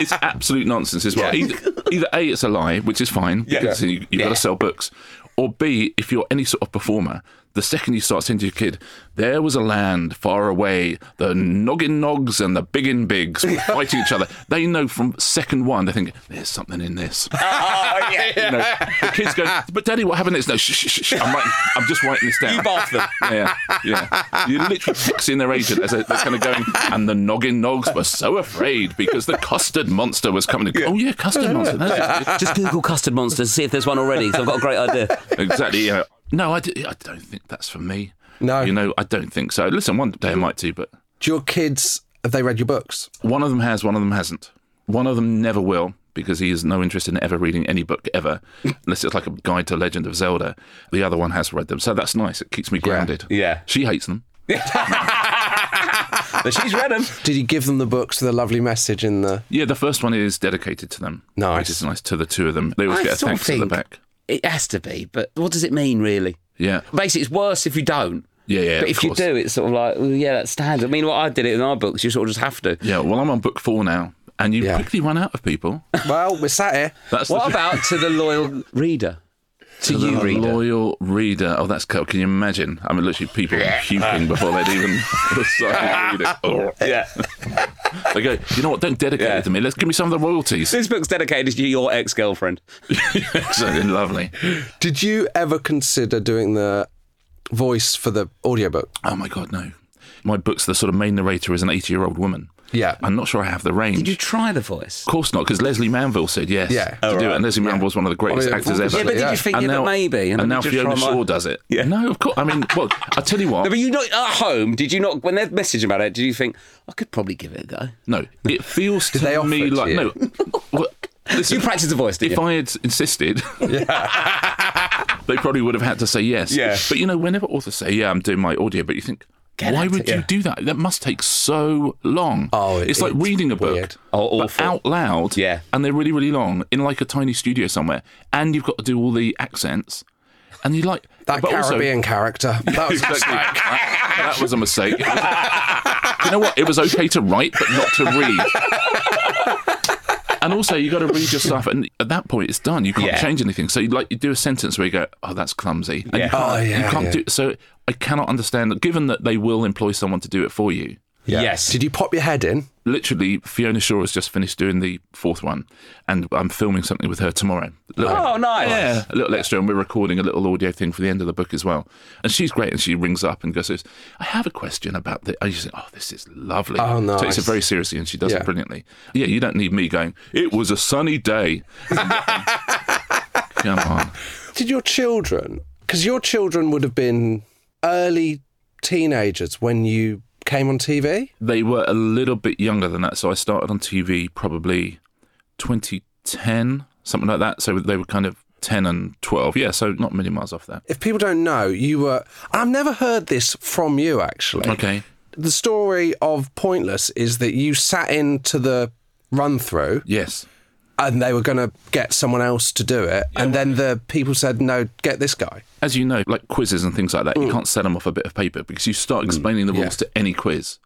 it's absolute nonsense as well. Either, either A, it's a lie, which is fine, because you, you've got
Yeah.
to sell books, or B, if you're any sort of performer, the second you start saying to your kid, there was a land far away, the noggin nogs and the biggin bigs were fighting each other, they know from second one, they think, there's something in this.
Oh yeah.
You know, the kids go, but daddy, what happened? It's no, shh, shh, shh, shh. I'm, writing, I'm just writing this down
You bath them.
yeah, yeah. You're literally fixing their agent as they're kind of going, and the noggin nogs were so afraid because the custard monster was coming. Oh, yeah, custard monster. That's
Just Google custard monsters, see if there's one already. Because I've got a great idea.
exactly, yeah. No, I, d- I don't think that's for me.
No.
You know, I don't think so. Listen, one day I might do, but
Do your kids, have they read your books?
one of them has, one of them hasn't. One of them never will. Because he has no interest in ever reading any book ever, unless it's like a guide to Legend of Zelda. The other one has read them, so that's nice. It keeps me grounded.
Yeah.
she hates them.
But she's read them.
Did you give them the books with a lovely message in the.
Yeah, the first one is dedicated to them.
Nice.
Which is nice to the two of them. They always
I
get a
still
thanks at
think-
the back.
It has to be, but what does it mean, really?
Yeah.
Basically, it's worse if you don't.
Yeah, yeah.
But
of
if you
course.
do, it's sort of like, well, yeah, that stands. I mean, what I did it in our books, you sort of just have to.
Yeah, well, I'm on book four now, and you
Yeah.
quickly run out of people.
Well, we're sat here.
That's
What
the
about to the loyal reader? To,
The
you, reader.
Loyal reader. Oh, that's cool. Can you imagine? I mean, literally, people puking before they'd even sign read it. Oh.
Yeah.
They go, you know what? Don't dedicate
Yeah.
it to me. Let's give me some of the royalties.
this book's dedicated to your ex girlfriend.
so lovely.
Did you ever consider doing the voice for the audiobook?
Oh my god, no. My book's the sort of main narrator is an 80 year old woman.
Yeah.
I'm not sure I have the range.
Did you try the voice?
Of course not, because Leslie Manville said yes
Yeah.
to
Oh,
do it, and Leslie Manville's one of the greatest
Well, yeah,
actors ever.
obviously,
Yeah, but did
Yeah.
you think, yeah, but maybe?
And,
let me
now
just try
Fiona
my-
Shaw does it.
Yeah.
No, of course. I mean, well, I tell you what.
No, but you not at home. Did you not when they message about it? Did you think I could probably give it a go?
No, it feels to
they offer
me
it to
like
you?
no. Well, listen,
You practiced the voice, did
if
you?
I had insisted, they probably would have had to say yes.
Yeah.
But you know, whenever authors say, "Yeah, I'm doing my audio," but you think,
Get
why
at
would
it.
you
Yeah.
do that? That must take so long.
Oh, it-
it's like
it's
reading a book.
weird.
Oh,
but
awful.
out loud.
Yeah.
And they're really, really long in like a tiny studio somewhere, and you've got to do all the accents, and you like
That
but also-
Caribbean character. That was
Exactly. that, that was a mistake. It was- you know what? It was okay to write, but not to read. And also, you got to read your stuff, and at that point, it's done. You can't
Yeah.
change anything. So, you, like, you do a sentence where you go, "Oh, that's clumsy," and
Yeah.
you can't,
Oh, yeah,
you can't
yeah.
do. So, I cannot understand that. Given that they will employ someone to do it for you,
Yes.
Did you pop your head in?
literally, Fiona Shaw has just finished doing the fourth one, and I'm filming something with her tomorrow. Little-
Oh, nice.
yeah, a little extra, and we're recording a little audio thing for the end of the book as well. And she's great, and she rings up and goes, "I have a question about the." I just think, "Oh, this is lovely."
Oh,
no!
nice.
So takes it very seriously, and she does
Yeah.
it brilliantly. Yeah, you don't need me going. It was a sunny day. Come on,
Did your children, because your children would have been early teenagers when you came on TV?
they were a little bit younger than that, so I started on TV probably 2010, something like that. So they were kind of 10 and 12. Yeah, so not many miles off that.
If people don't know, you were. I've never heard this from you, actually.
Okay.
The story of Pointless is that you sat into the run through
Yes.
and they were going to get someone else to do it. and then the people said, no, get this guy.
as you know, like quizzes and things like that,
Mm.
you can't set them off a bit of paper because you start explaining the rules to any quiz,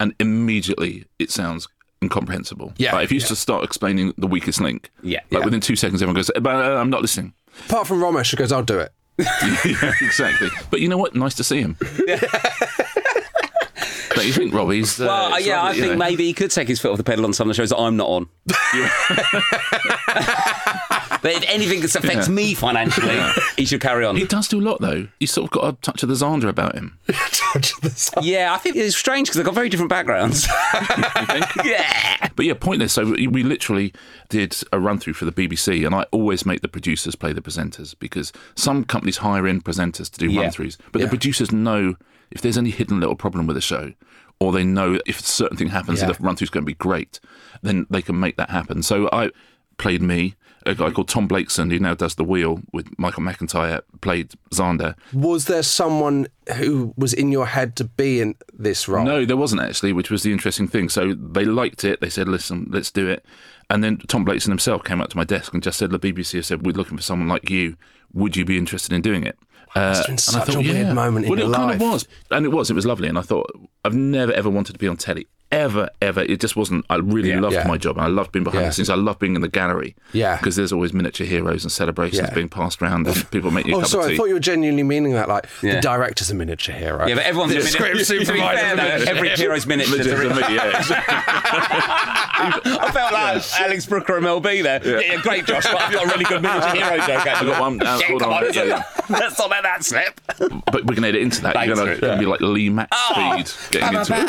and immediately it sounds incomprehensible.
Yeah,
like if you used to start explaining the weakest link,
Yeah.
like
Yeah.
within two seconds, everyone goes, "But uh, I'm not listening."
Apart from Romesh, who goes, I'll do it.
yeah, exactly. But you know what? Nice to see him. Don't you think, Robbie's? Uh,
Well,
it's
yeah,
lovely,
I
you
think
know.
maybe he could take his foot off the pedal on some of the shows that I'm not on. but if anything that affects
Yeah.
me financially, he should carry on.
He does do a lot though. He's sort of got a touch of the Zander about him.
Yeah, I think it's strange because they've got very different backgrounds. yeah.
But yeah, pointless. So we we literally did a run through for the BBC, and I always make the producers play the presenters because some companies hire in presenters to do
Yeah.
run throughs, but the producers know if there's any hidden little problem with the show, or they know if a certain thing happens, and the run through's going to be great, then they can make that happen. So I played me. A guy called Tom Blakeson, who now does the wheel with Michael McIntyre, played Xander.
Was there someone who was in your head to be in this role?
No, there wasn't actually, which was the interesting thing. So they liked it. They said, "Listen, let's do it." And then Tom Blakeson himself came up to my desk and just said, "The BBC have said we're looking for someone like you. Would you be interested in doing it?" Uh,
been such a weird moment in
well,
your
it kind
life.
of was, and it was. It was lovely, and I thought I've never ever wanted to be on telly ever, ever. It just wasn't. I really loved
Yeah.
my job, and I loved being behind
Yeah.
the scenes. I loved being in the gallery,
Yeah.
because there's always miniature heroes and celebrations
Yeah.
being passed around, and people make you a
Oh,
cup of
sorry.
tea.
I thought you were genuinely meaning that. Like
Yeah.
the director's a miniature hero.
Yeah, but everyone's a minute.
script
To be
supervisor.
fair, though, every hero's minute. is a
Miniature-
minute.
yeah, exactly.
I felt like Alex Brooker and MLB there. Yeah, great, Josh. But I've got a really good miniature hero joke.
I've
actually.
got one. Uh,
Yeah,
hold
come
on.
on,
Yeah, yeah.
Let's not let that slip.
but we're going to edit into that. You're
Thanks,
going
Rick.
to be like Lee Max
Oh,
speed getting into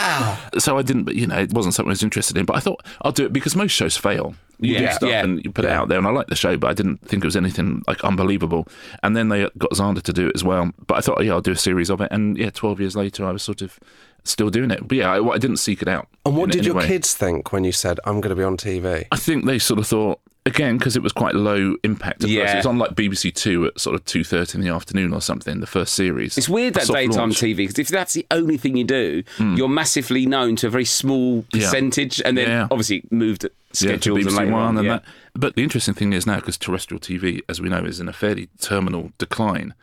it. So I didn't, but you know, it wasn't something I was interested in. But I thought I'll do it because most shows fail. You do
Yeah.
stuff
Yeah.
and you put it out there, and I like the show, but I didn't think it was anything like unbelievable. And then they got Xander to do it as well. But I thought, oh, yeah, I'll do a series of it. And yeah, 12 years later, I was sort of still doing it. But yeah, I, I didn't seek it out.
And what
in-
did
in a
your
way.
kids think when you said, "I'm going to be on TV"?
I think they sort of thought again because it was quite low impact. At first.
Yeah.
It was on like BBC Two at sort of two thirty in the afternoon or something. The first series.
It's weird that
Soft
daytime
launch. Hmm.
TV because if that's the only thing you do, you're massively known to a very small percentage, and then
Yeah.
obviously moved
Yeah, to
schedules and
BBC
later
One
on.
and
yeah.
that. But the interesting thing is now, because terrestrial TV, as we know, is in a fairly terminal decline,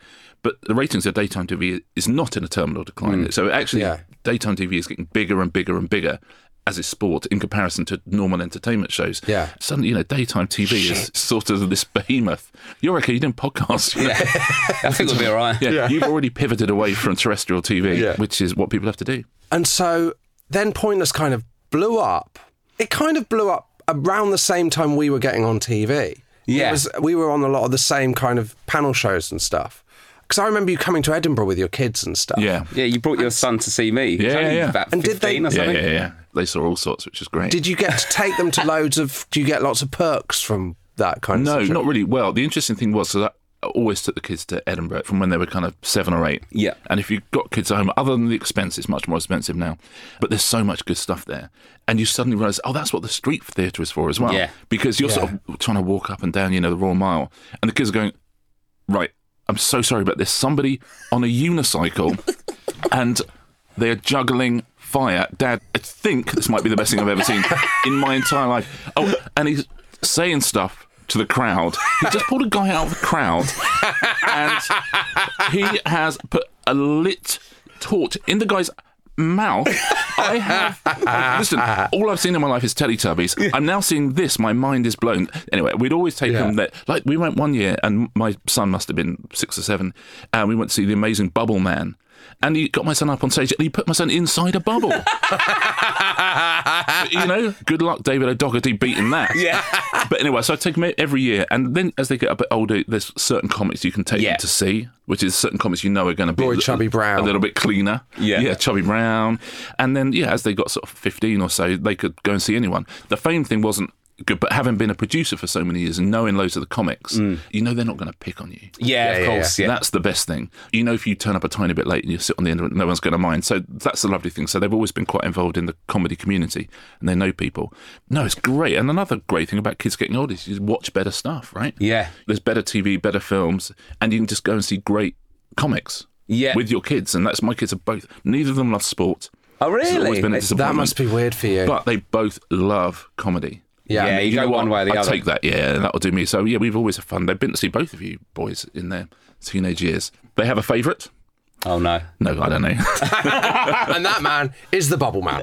but the ratings of daytime TV is not in a terminal decline. So actually,
Yeah.
daytime TV is getting bigger and bigger and bigger as is sport in comparison to normal entertainment shows.
Yeah.
Suddenly, you know, daytime TV is sort of this behemoth. You're okay, you're doing podcasts. Yeah.
I think we'll be all right.
You've already pivoted away from terrestrial TV,
Yeah.
which is what people have to do.
And so then Pointless kind of blew up. It kind of blew up around the same time we were getting on TV.
Yeah.
It was, we were on a lot of the same kind of panel shows and stuff. Because I remember you coming to Edinburgh with your kids and stuff.
Yeah.
Yeah, you brought your son to see me. He's
Yeah,
only
yeah.
about
And did they-
15 or
Yeah,
something.
yeah, yeah. They saw all sorts, which is great.
Did you get to take them to loads of? Do you get lots of perks from that kind
No,
of? situation?
not really. Well, the interesting thing was that I always took the kids to Edinburgh from when they were kind of seven or eight.
Yeah.
And if you've got kids at home, other than the expense, it's much more expensive now. But there's so much good stuff there. And you suddenly realise, oh, that's what the street theatre is for as well.
Yeah.
Because you're sort of trying to walk up and down, you know, the Royal Mile. And the kids are going, right, I'm so sorry, but there's somebody on a unicycle and they are juggling fire. Dad, I think this might be the best thing I've ever seen in my entire life. Oh, and he's saying stuff to the crowd. He just pulled a guy out of the crowd and he has put a lit torch in the guy's mouth. I have listen. All I've seen in my life is Teletubbies. I'm now seeing this. My mind is blown. Anyway, we'd always take them there. Like we went one year, and my son must have been six or seven, and we went to see the amazing Bubble Man. And he got my son up on stage, and he put my son inside a bubble. you know, good luck, David O'Doherty, beating that. Yeah. But anyway, so I take them every year, and then as they get a bit older, there's certain comics you can take
Yeah.
them to see, which is certain comics you know are going to be
Roy
a li-
Chubby Brown.
a little bit cleaner.
Yeah.
yeah, Chubby Brown, and then yeah, as they got sort of fifteen or so, they could go and see anyone. The fame thing wasn't good, but having been a producer for so many years and knowing loads of the comics, you know they're not going to pick on you.
Mm. Yeah, of
yeah,
course. Yeah.
That's the best thing. You know, if you turn up a tiny bit late and you sit on the end of it, no one's going to mind. So that's the lovely thing. So they've always been quite involved in the comedy community and they know people. No, it's great. And another great thing about kids getting older is you watch better stuff, right?
Yeah.
There's better TV, better films, and you can just go and see great comics.
Yeah.
With your kids. And that's my kids are both, neither of them love sport.
Oh,
It's
really?
always been a
That
disappointment.
must be weird for you.
But they both love comedy.
yeah,
yeah,
you
You
go
know
one
what?
way or the
I'll
other.
take that. Yeah, that'll do me. So yeah, we've always had fun. They've been to see both of you boys in their teenage years. They have a favourite.
Oh, no.
No, I don't know.
and that man is the Bubble Man.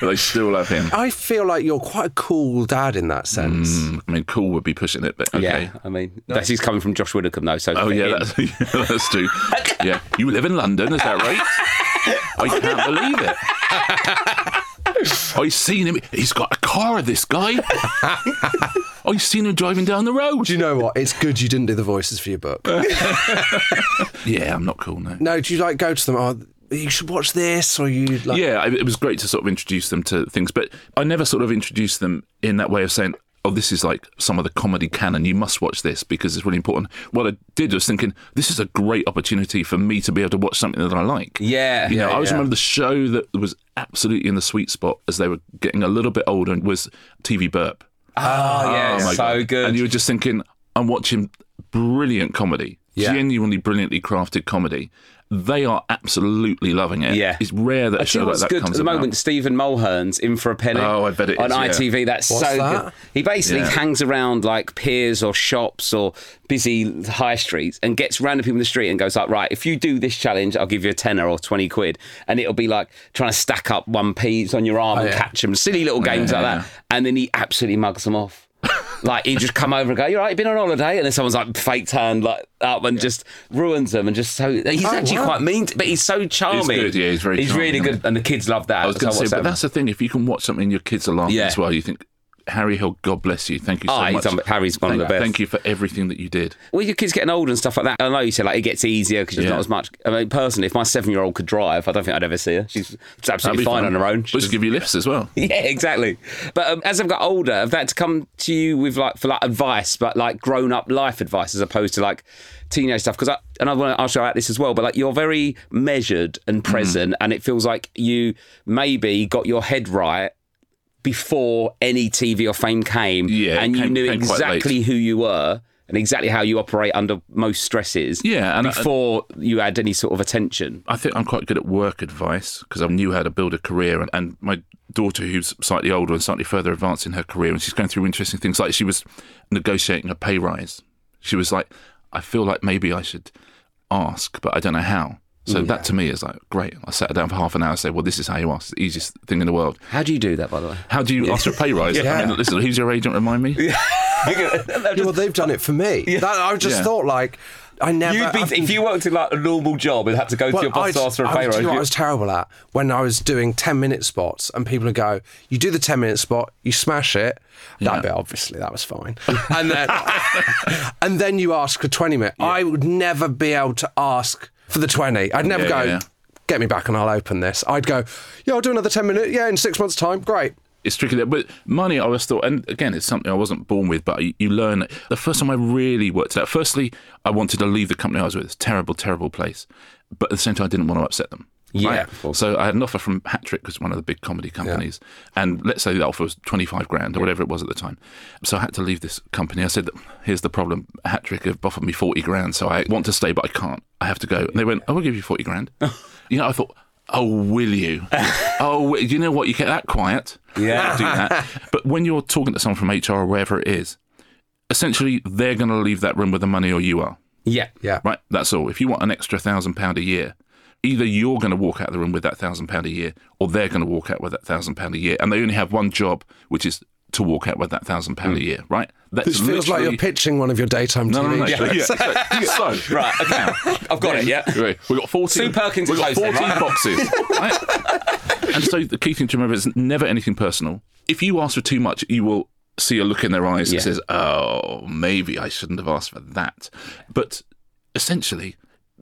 they still love him.
I feel like you're quite a cool dad in that sense.
I mean, cool would be pushing it, but okay.
Yeah. I mean, that's he's coming from Josh Widdicombe, though. So
Oh
for
yeah,
him-
that's, yeah, that's true. Yeah, you live in London, is that right? I can't believe it. I've seen him. He's got a car. This guy. I've seen him driving down the road.
Do you know what? It's good you didn't do the voices for your book.
Yeah, I'm not cool now.
no, do you like go to them? Oh, you should watch this, or you like.
yeah, I, it was great to sort of introduce them to things, but I never sort of introduced them in that way of saying, "Oh, this is like some of the comedy canon. You must watch this because it's really important." What I did was thinking, "This is a great opportunity for me to be able to watch something that I like."
Yeah.
You know, I
Yeah.
always remember the show that was absolutely in the sweet spot as they were getting a little bit older and was TV Burp.
Oh, yeah.
Oh my
so
God.
good.
And you were just thinking, I'm watching brilliant comedy, genuinely brilliantly crafted comedy. They are absolutely loving it.
Yeah.
It's rare that a
I
show
think
like
what's
that
good at
comes
the
about.
moment, Stephen Mulhern's in for a penny.
Oh, I bet it
on
is, yeah.
ITV. That's
What's
so
that?
good. He basically
Yeah.
hangs around like piers or shops or busy high streets and gets random people in the street and goes like, right, if you do this challenge, I'll give you a tenner or twenty quid, and it'll be like trying to stack up one peas on your arm and
Oh, yeah.
catch them. Silly little games like that, and then he absolutely mugs them off. like he'd just come over and go, "You're right, you've been on holiday," and then someone's like fake hand like up and just ruins them and just so he's actually
Oh, wow.
quite mean, to- but he's so charming.
good, yeah, he's very
He's
charming,
really
isn't he?
good and the kids love that.
I was going to say, but that's the thing. If you can watch something, your kids are laughing
Yeah.
as well. You think, Harry Hill, God bless you. Thank you so
Ah, he's
much.
done- Harry's one of
thank,
the best.
Thank you for everything that you did.
Well, your kids getting older and stuff like that. I know you said like it gets easier because there's
Yeah.
not as much. I mean, personally, if my seven-year-old could drive, I don't think I'd ever see her. She's, she's
That'd
absolutely
be
fine
fun.
on her own.
We'll just give you lifts as well.
yeah, exactly. But um, as I've got older, I've had to come to you with like for like advice, but like grown-up life advice as opposed to like teenage stuff. Because I and I want to ask you about this as well. But like you're very
Mm.
measured and present, and it feels like you maybe got your head right before any TV or fame came,
Yeah, it
and you
came-
knew
came quite late.
exactly who you were and exactly how you operate under most stresses.
Yeah, and uh, I-
before you had any sort of attention.
I think I'm quite good at work advice because I knew how to build a career. And, and my daughter, who's slightly older and slightly further advanced in her career, and she's going through interesting things like she was negotiating a pay rise. She was like, I feel like maybe I should ask, but I don't know how. So that to me is like, great. I sat her down for half an hour and said, Well, this is how you ask. It's the easiest thing in the world.
How do you do that, by the way?
How do you ask for a pay rise? I mean, listen, who's your agent? Remind me?
Yeah, well, they've done it for me. That, I just
Yeah.
thought, like, I never.
You'd be,
I've-
if you worked in like a normal job and had to go to
Well,
your boss
I'd-
to ask for a
I-
pay
Do
rise,
you know what I
you-
was terrible at when I was doing ten minute spots, and people would go, "You do the ten minute spot, you smash it." That
Yeah.
bit, obviously, that was fine. And then, and then you ask for twenty minute. I would never be able to ask for the twenty. I'd never
Yeah,
go.
yeah, yeah.
Get me back and I'll open this. I'd go, yeah, I'll do another 10 minute. Yeah, in six months' time. Great.
it's tricky there. But money, I always thought, and again, it's something I wasn't born with, but you, you learn. it. The first time I really worked it out, firstly, I wanted to leave the company I was with. It's a terrible, terrible place. But at the same time, I didn't want to upset them.
Yeah,
Right?
of course.
So I had an offer from Hattrick, who's one of the big comedy companies. And let's say the offer was 25 grand or whatever it was at the time. So I had to leave this company. I said, here's the problem. Hattrick have offered me 40 grand. So I want to stay, but I can't. I have to go. And they went, oh, we'll give you 40 grand. you know, I thought, oh, will you? oh, wi- you know what? You get that quiet. Yeah. Do that. But when you're talking to someone from HR or wherever it is, essentially they're going to leave that room with the money or you are.
yeah,
Yeah.
Right. That's all. If you want an extra thousand pound a year, either you're going to walk out of the room with that thousand pound a year, or they're going to walk out with that thousand pound a year, and they only have one job, which is to walk out with that thousand pound a year. Right. That's
Hmm. This feels like
literally-
you're pitching one of your daytime
No,
TV
no, no.
shows.
Yeah, yeah, exactly. So
right, okay, I've got it. Yeah,
Right. We've got 14.
Sue Perkins
We've
is
got 14
close then, right?
boxes. right? And so the key thing to remember is never anything personal. If you ask for too much, you will see a look in their eyes
Yeah.
that says, oh, maybe I shouldn't have asked for that. But essentially,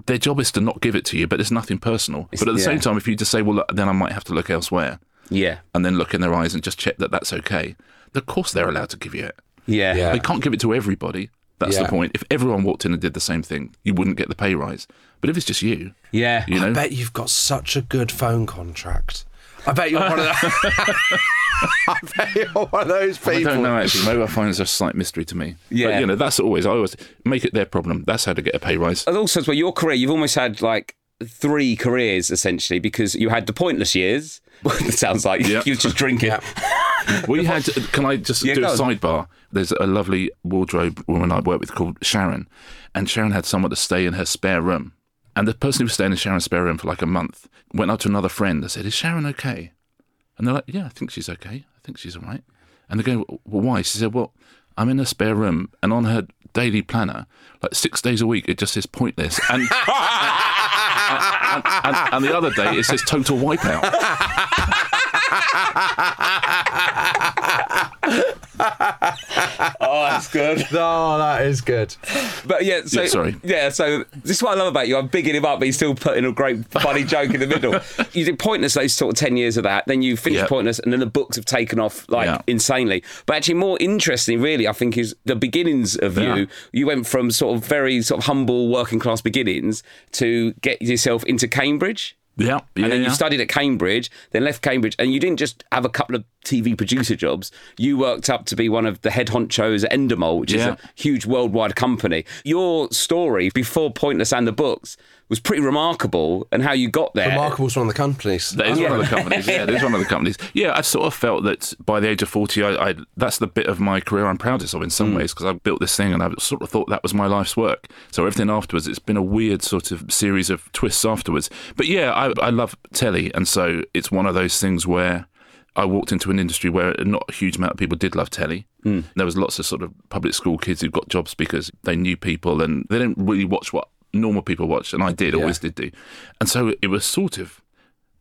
their job is to not give it to you, but there's nothing personal. but at the
yeah.
same time, if you just say, well, look, then I might have to look elsewhere
yeah,
and then look in their eyes and just check that that's okay, of course they're allowed to give you it.
yeah,
Yeah.
They can't give it to everybody. That's
Yeah.
the point. If everyone walked in and did the same thing, you wouldn't get the pay rise. But if it's just you,
yeah.
you know,
I bet you've got such a good phone contract. I bet you're one of the- I bet you're one of those people.
I don't know actually. Mobile phones are a slight mystery to me.
Yeah.
but, you know that's always I always make it their problem. That's how to get a pay rise.
And also, as well, your career, you've almost had like three careers essentially because you had the pointless years. it sounds like
Yeah.
you were just drinking.
We had. Can I just
Yeah,
do a
go on.
sidebar? There's a lovely wardrobe woman I work with called Sharon, and Sharon had someone to stay in her spare room. And the person who was staying in Sharon's spare room for like a month went up to another friend and said, "Is Sharon okay?" And they're like, "Yeah, I think she's okay. I think she's all right." And they go, "Well, why?" She said, "Well, I'm in her spare room, and on her daily planner, like six days a week, it just says pointless." And and, and, and the other day, it says total wipeout.
Oh, that's good.
Oh, that is good.
But yeah, so
Yeah, sorry.
yeah, so this is what I love about you. I'm bigging him up, but he's still putting a great funny joke in the middle. You did Pointless those sort of ten years of that, then you finished
Yeah.
Pointless, and then the books have taken off like
Yeah.
insanely. But actually, more interesting, really, I think, is the beginnings of
Yeah.
you. You went from sort of very sort of humble working class beginnings to get yourself into Cambridge.
Yeah, yeah.
And then you
yeah.
studied at Cambridge, then left Cambridge, and you didn't just have a couple of TV producer jobs. You worked up to be one of the head honchos at Endemol, which is
Yeah.
a huge worldwide company. Your story before Pointless and the books was pretty remarkable, and how you got there.
Remarkable's one of the companies. Oh,
That is
Yeah.
one of the companies. Yeah, it is one of the companies. Yeah, I sort of felt that by the age of forty, I, I that's the bit of my career I'm proudest of in some ways because I built this thing and I sort of thought that was my life's work. So everything afterwards, it's been a weird sort of series of twists afterwards. But yeah, I, I love telly, and so it's one of those things where. I walked into an industry where not a huge amount of people did love telly. There was lots of sort of public school kids who got jobs because they knew people and they didn't really watch what normal people watched, and I did, always did do. And so it was sort of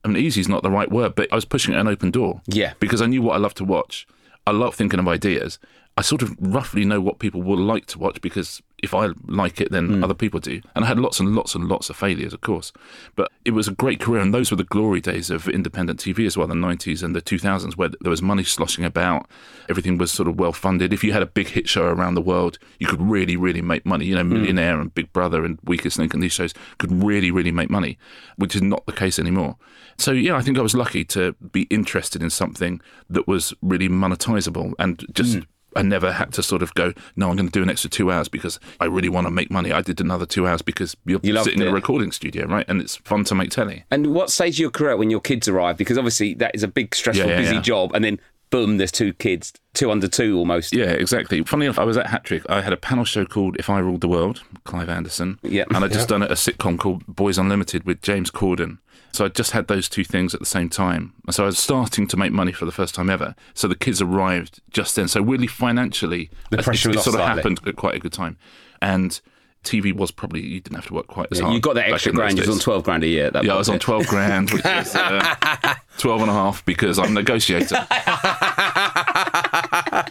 I mean, easy is not the right word, but I was pushing an open door.
Yeah.
Because I knew what I love to watch. I love thinking of ideas. I sort of roughly know what people will like to watch because if I like it, then other people do. And I had lots and lots and lots of failures, of course. But it was a great career. And those were the glory days of independent TV as well, the 90s and the 2000s, where there was money sloshing about. Everything was sort of well funded. If you had a big hit show around the world, you could really, really make money. You know,
Hmm.
Millionaire and Big Brother and Weakest Link and these shows could really, really make money, which is not the case anymore. So, yeah, I think I was lucky to be interested in something that was really monetizable and just.
Hmm.
I never had to sort of go, no, I'm going to do an extra two hours because I really want to make money. I did another two hours because you're
You loved
sitting in
it.
a recording studio, right? And it's fun to make telly.
And what stage of your career when your kids arrive? Because obviously that is a big, stressful,
Yeah, yeah,
busy
yeah.
job. And then boom, there's two kids, two under two almost.
Yeah, exactly. Funny enough, I was at Hattrick. I had a panel show called If I Ruled the World, Clive Anderson.
Yeah.
And I'd just done a sitcom called Boys Unlimited with James Corden. So I just had those two things at the same time. And So I was starting to make money for the first time ever. So the kids arrived just then. So really financially,
The
it-
pressure was
it,
off
sort of
slightly.
happened at quite a good time. And TV was probably, you didn't have to work quite as hard.
You got that
back
extra
in those
grand. You was
days.
on 12 grand a year. At that
Yeah, I
point.
was on 12 grand, which is uh, 12 and a half because I'm a negotiator.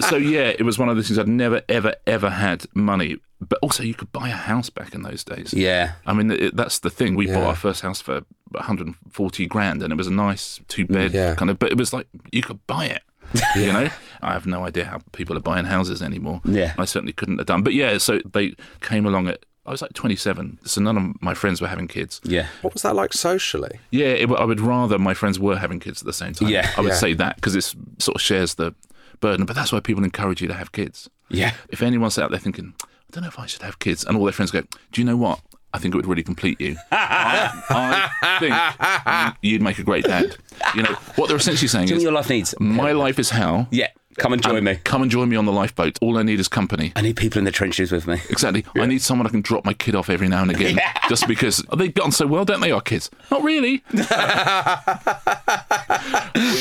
so, yeah, it was one of those things I'd never, ever, ever had money. But also, you could buy a house back in those days.
Yeah.
I mean, it, that's the thing. We bought our first house for 140 grand and it was a nice two bed
Yeah.
kind of, but it was like, you could buy it. You know, I have no idea how people are buying houses anymore.
Yeah.
I certainly couldn't have done. But yeah, so they came along at, I was like 27, so none of my friends were having kids.
Yeah.
What was that like socially?
Yeah, it, I would rather my friends were having kids at the same time.
Yeah.
I would
Yeah.
say that because it sort of shares the burden. But that's why people encourage you to have kids.
Yeah.
If anyone's out there thinking, I don't know if I should have kids, and all their friends go, Do you know what? I think it would really complete you. I, I think you'd make a great dad. You know what they're essentially saying
Doing
is,
your life needs.
My life is hell.
Yeah. Come and join
and
me.
Come and join me on the lifeboat. All I need is company.
I need people in the trenches with me.
Exactly. I need someone I can drop my kid off every now and again, just because they get on so well, don't they? Our kids? Not really.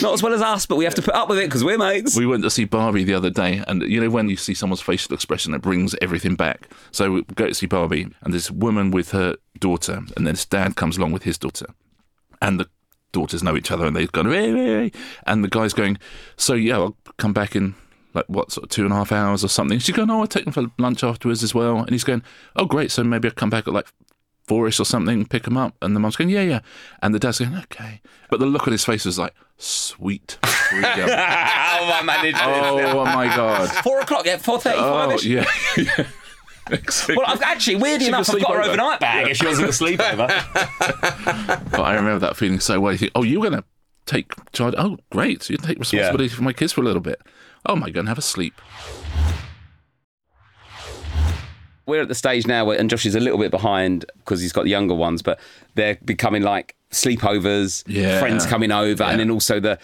Not as well as us, but we have to put up with it because we're mates.
We went to see Barbie the other day, and you know when you see someone's facial expression, it brings everything back. So we go to see Barbie, and this woman with her daughter, and then this dad comes along with his daughter, and the daughters know each other, and they've gone, hey, hey, hey," and the guy's going, so yeah, I'll come back in like what sort of two and a half hours or something. She's going, oh, I'll take them for lunch afterwards as well, and he's going, oh great, so maybe I'll come back at like fourish or something, pick him up. And the mum's going, yeah, yeah. And the dad's going, okay. But the look on his face was like, sweet freedom.
oh, I managed
oh, my God.
Four o'clock, yeah, four thirty-five.
Oh,
ish
yeah.
Well, I've actually, weirdly enough,
could
I've got her
sleep over.
overnight bag if she wasn't a sleepover.
But I remember that feeling so well. You think, oh, you're going to take charge. Oh, great. You take responsibility for my kids for a little bit. Oh, my God, have a sleep.
We're at the stage now, where, and Josh is a little bit behind because he's got the younger ones, but they're becoming like sleepovers,
Yeah.
friends coming over,
Yeah.
and then also the.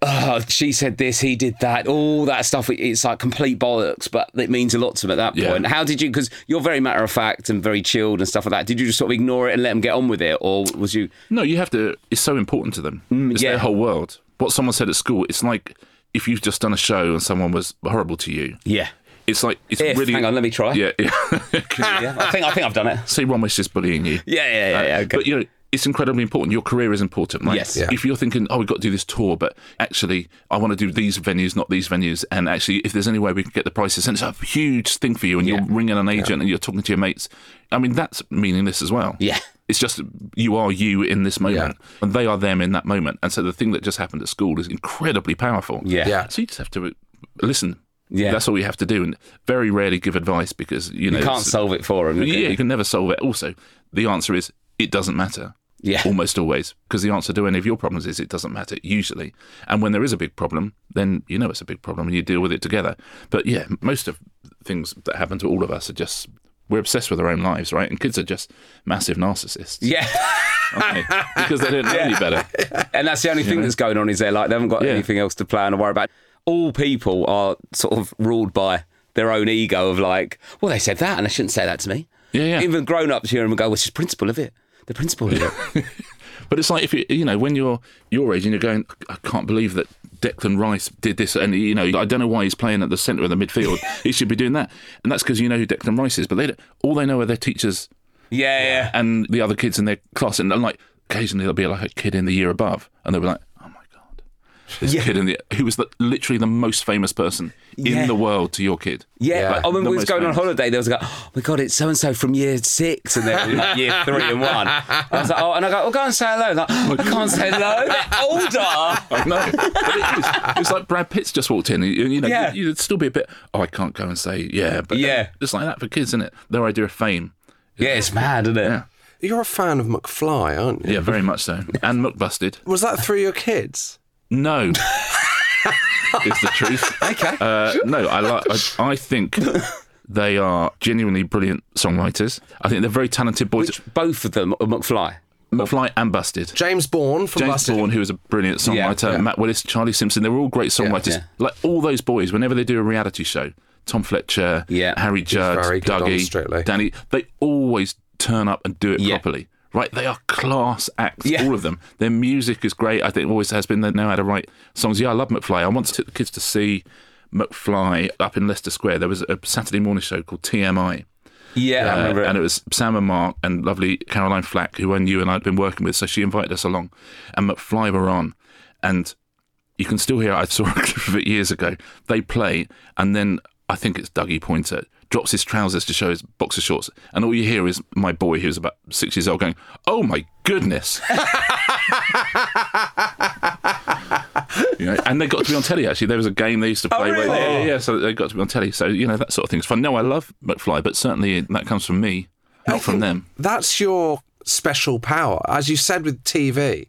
Oh, she said this, he did that, all that stuff. It- It's like complete bollocks, but it means a lot to him at that
Yeah.
point. How did you? Because you're very matter of fact and very chilled and stuff like that. Did you just sort of ignore it and let him get on with it, or was you?
No, you have to. It's so important to them. it's
Mm, yeah.
their whole world. What someone said at school, it's like if you've just done a show and someone was horrible to you.
Yeah.
It's like, it's
If,
really.
hang on, let me try. Ah.
Yeah. yeah.
Yeah, I think I think I've done it. Uh,
Say one was just bullying you.
Yeah, yeah, yeah. yeah okay.
But you know, it's incredibly important. Your career is important, right?
Yes. Yeah.
If you're thinking, oh, we've got to do this tour, but actually, I want to do these venues, not these venues, and actually, if there's any way we can get the prices, and it's a huge thing for you, and you're ringing an agent and you're talking to your mates, I mean, that's meaningless as well.
Yeah.
It's just you are you in this moment, and they are them in that moment. And so the thing that just happened at school is incredibly powerful.
yeah.
Yeah.
So you just have to uh, listen.
Yeah.
That's all you have to do, and very rarely give advice because you know
You can't
it's-
solve it for him.
yeah, you can never solve it. Also, the answer is it doesn't matter.
Yeah.
Almost always. Because the answer to any of your problems is it doesn't matter, usually. And when there is a big problem, then you know it's a big problem and you deal with it together. But yeah, most of things that happen to all of us are just we're obsessed with our own lives, right? And kids are just massive narcissists.
Yeah.
aren't they? because they don't know any better.
and that's the only thing that's going on is they're like, they haven't got
Yeah.
anything else to plan or worry about. All people are sort of ruled by their own ego of like, well, they said that and they shouldn't say that to me.
Yeah, yeah.
Even grown ups hear them and go, well, it's just principle of it. The principle of it.
But it's like if you you know when you're your age and you're going, I can't believe that Declan Rice did this, and you know I don't know why he's playing at the centre of the midfield. he should be doing that, and that's because you know who Declan Rice is. But they don't, all they know are their teachers
yeah, yeah.
and the other kids in their class, and like occasionally there'll be like a kid in the year above, and they'll be like, oh my god, this kid in the who was the, literally the most famous person
Yeah.
in the world to your kid.
Yeah,
Yeah.
I remember
The
we was
most
going
famous.
on holiday. There was a guy, oh my god, it's so and so from year six, and then like year three and one. I was like, oh, and I go, oh, go and say hello. Like, I can't say hello. They're older.
I know. But it is. It's like Brad Pitt's just walked in. You, you know,
Yeah.
you, would still be a bit, oh, I can't go and say, yeah. But
Yeah.
Just like that for kids, isn't it? Their idea of fame.
Yeah, it's mad, isn't it?
Yeah.
You're a fan of McFly, aren't you?
Yeah, very much so. And McBusted.
Was that through your kids?
No. is the truth.
Okay.
Uh, no, I like. I, I think they are genuinely brilliant songwriters. I think they're very talented boys.
Which both of them are McFly.
McFly and Busted.
James Bourne from
James
Busted.
Bourne, who was a brilliant songwriter,
Yeah, yeah.
Matt Willis, Charlie Simpson, they were all great songwriters.
yeah.
Like all those boys, whenever they do a reality show, Tom Fletcher,
Yeah.
Harry Judd,
very good on
Dougie,
Strictly.
Danny, they always turn up and do it
Yeah.
properly. Right, they are class acts,
Yeah.
all of them. Their music is great. I think always has been. They know how to write songs. Yeah, I love McFly. I once took the kids to see McFly up in Leicester Square. There was a Saturday morning show called TMI.
Yeah, I
Uh,
remember.
and
it.
it was Sam and Mark and lovely Caroline Flack, who when you and I had been working with, so she invited us along, and McFly were on, and you can still hear. I saw a clip of it years ago. They play, and then I think it's Dougie Pointer drops his trousers to show his boxer shorts, and all you hear is my boy, who's about six years old, going, "Oh my goodness." You know, and they got to be on telly actually. There was a game they used to play.
Oh, really?
Where, yeah, yeah, yeah, so they got to be on telly. So you know that sort of thing's fun. No, I love McFly, but certainly that comes from me, not from them.
That's your special power, as you said with TV,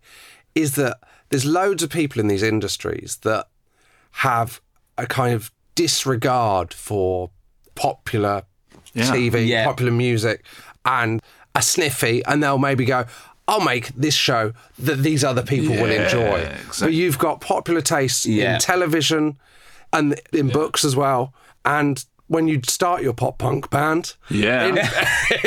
is that there's loads of people in these industries that have a kind of disregard for popular
Yeah.
TV,
Yeah.
popular music, and a sniffy, and they'll maybe go, I'll make this show that these other people will
Yeah,
enjoy. But
exactly.
you've got popular tastes
Yeah.
in television and in books as well. And when you start your pop punk band,
Yeah.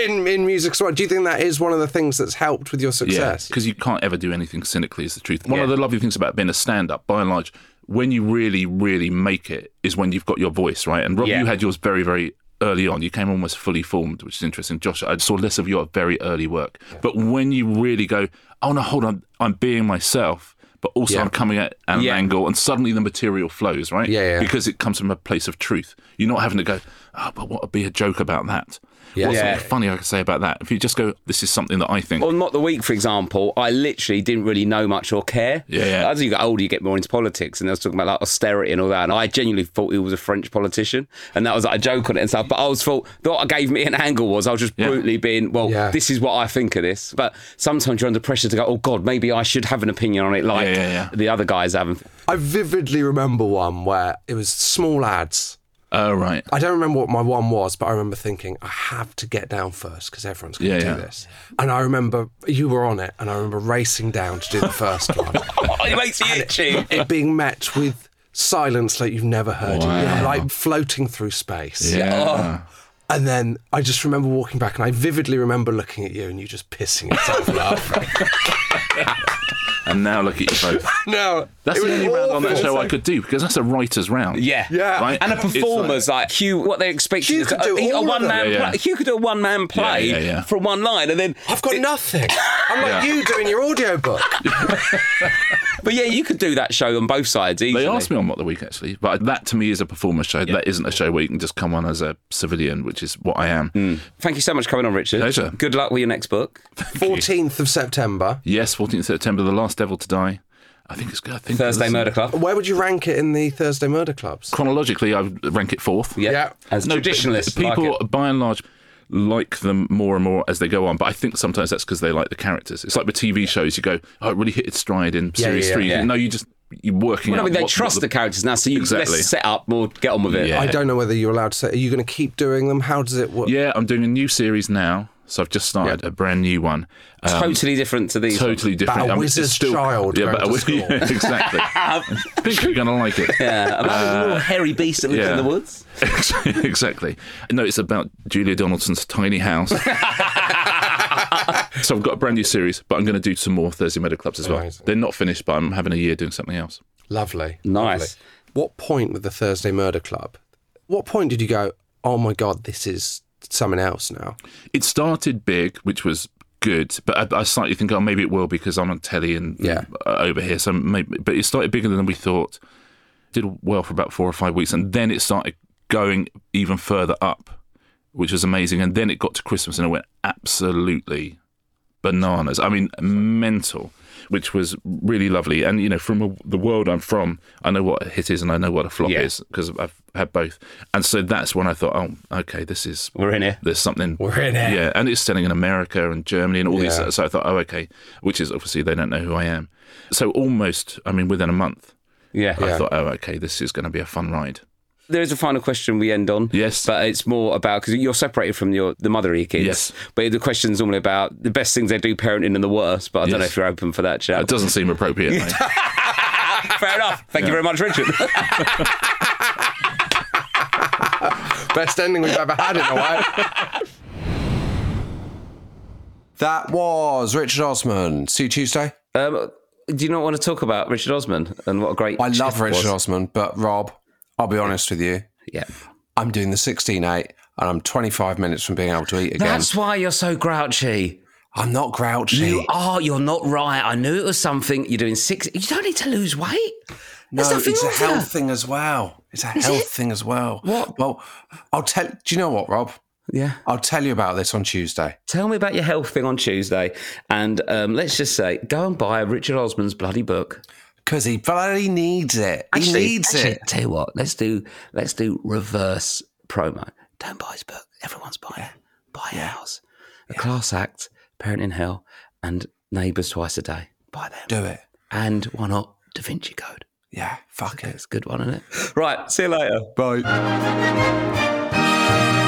in in music as well. Do you think that is one of the things that's helped with your success?
Because you can't ever do anything cynically, is the truth. One of the lovely things about being a stand up, by and large, when you really, really make it is when you've got your voice, right? And Rob,
Yeah.
you had yours very, very early on. You came almost fully formed, which is interesting. Josh, I saw less of your very early work. But when you really go, oh, no, hold on, I'm being myself. But also, I'm coming at an
Yeah.
angle, and suddenly the material flows, right?
Yeah, yeah.
Because it comes from a place of truth. You're not having to go, oh, but what would be a joke about that? Yeah. What's
Yeah.
something funny I could say about that? If you just go, this is something that I think.
on Not the Week, for example, I literally didn't really know much or care.
Yeah, yeah.
As you get older, you get more into politics, and I was talking about like austerity and all that. And I genuinely thought he was a French politician, and that was like a joke on it and stuff. But I was thought what gave me an angle was I was just
Yeah.
brutally being, well,
Yeah.
this is what I think of this. But sometimes you're under pressure to go, oh God, maybe I should have an opinion on it, like
Yeah, yeah, yeah.
the other guys haven't.
I vividly remember one where it was small ads.
Oh, right.
I don't remember what my one was, but I remember thinking I have to get down first because everyone's going to
Yeah,
do
yeah.
this. And I remember you were on it, and I remember racing down to do the first one.
Oh,
it makes you itchy.
it being met with silence like you've never heard, it, like floating through space.
Yeah.
And then I just remember walking back, and I vividly remember looking at you, and you just pissing yourself laughing.
And now look at you both.
No,
That's
it
the
was
only round on that
awful.
show I could do because that's a writer's round.
Yeah.
Yeah.
Right?
And a
It's like-
performer's like, Hugh, what they expect
Hugh
is
could do
a,
all
a
of
one man
them. Yeah, yeah.
play. Hugh could do a one man play
yeah, yeah.
from one line, and then
I've got nothing. I'm like
Yeah.
you doing your audiobook.
But yeah, you could do that show on both sides easily.
They asked me on What the Week actually, but that to me is a performer show. That isn't a show where you can just come on as a civilian, which is what I am.
Thank you so much for coming on, Richard.
Pleasure.
Good luck with your next book.
14th of September.
Yes, 14th September, The Last Devil to Die. I think it's good. I think
Thursday
listen,
Murder Club.
Where would you rank it in the Thursday murder clubs?
Chronologically, I would rank it fourth.
Yeah.
Yeah.
As
No, but
traditionalists, like
People,
it.
by and large, like them more and more as they go on. But I think sometimes that's because they like the characters. It's like with TV shows. You go, oh, it really hit its stride in series
yeah,
three.
yeah.
No, you just you're working.
Well, I
out
mean, they
what- what
trust the, characters now, so you
Exactly.
let's set up, we'll get on with it.
Yeah.
I don't know whether you're allowed to say. Are you going to keep doing them? How does it work?
Yeah, I'm doing a new series now. So I've just started a brand new one. Um,
Totally different to these.
totally different.
About a
I mean, it's
wizard's child
Yeah,
going
but a
to
wiz-
school.
yeah, exactly. I think you're going to like it.
Yeah, about a little hairy beast that lives
uh, yeah.
in the woods.
exactly. No, it's about Julia Donaldson's tiny house. so I've got a brand new series, but I'm going to do some more Thursday Meadow Clubs as well.
Amazing.
They're not finished, but I'm having a year doing something else.
Lovely.
Nice.
Lovely. What point with the Thursday murder club? What point did you go, oh my God, this is something else now?
It started big, which was good, but I, I slightly think, oh, maybe it will because I'm on telly and
Yeah.
uh, over here. So maybe, but it started bigger than we thought. Did well for about four or five weeks, and then it started going even further up, which was amazing. And then it got to Christmas, and it went absolutely bananas. I mean, mental, which was really lovely. And you know, from a, the world I'm from, I know what a hit is and I know what a flop
Yeah.
is because I've had both. And so that's when I thought, oh, okay, this is
We're in here.
there's something
We're in it.
yeah, and it's selling in America and Germany and all
Yeah.
these. So I thought, oh, okay, which is obviously they don't know who I am. So almost, I mean, within a month,
Yeah.
I thought, oh, okay, this is going to be a fun ride.
There is a final question we end on.
Yes.
But it's more about because you're separated from your the mother of your kids.
Yes.
But the question's normally about the best things they do parenting and the worst. But I don't
Yes.
know if you're open for that chat.
It doesn't seem appropriate. mate.
Fair enough. Thank you very much, Richard.
Best ending we've ever had in a while.
That was Richard Osman. See you Tuesday.
um, do you not want to talk about Richard Osman and what a great?
I love
chef
Richard
was?
Osman, but Rob, I'll be honest with you.
Yeah.
I'm doing the 16 8 and I'm 25 minutes from being able to eat again.
That's why you're so grouchy.
I'm not grouchy.
You are. You're not right. I knew it was something. You're doing six. You don't need to lose weight.
no,
There's nothing
it's a
wrong with
health
that.
thing as well. It's a health thing as well.
What?
Well, I'll tell. Do you know what, Rob?
Yeah.
I'll tell you about this on Tuesday.
Tell me about your health thing on Tuesday, and um, let's just say, go and buy Richard Osman's bloody book.
Because he bloody needs it. He needs
actually,
it.
Tell you what, let's do let's do reverse promo. Don't buy his book. Everyone's buying. it. Buy ours. A class act, parenting hell, and neighbours twice a day. Buy them.
Do it.
And why not Da Vinci Code?
Yeah, fuck it.
It's a good one, isn't it? Right. See you later.
Bye.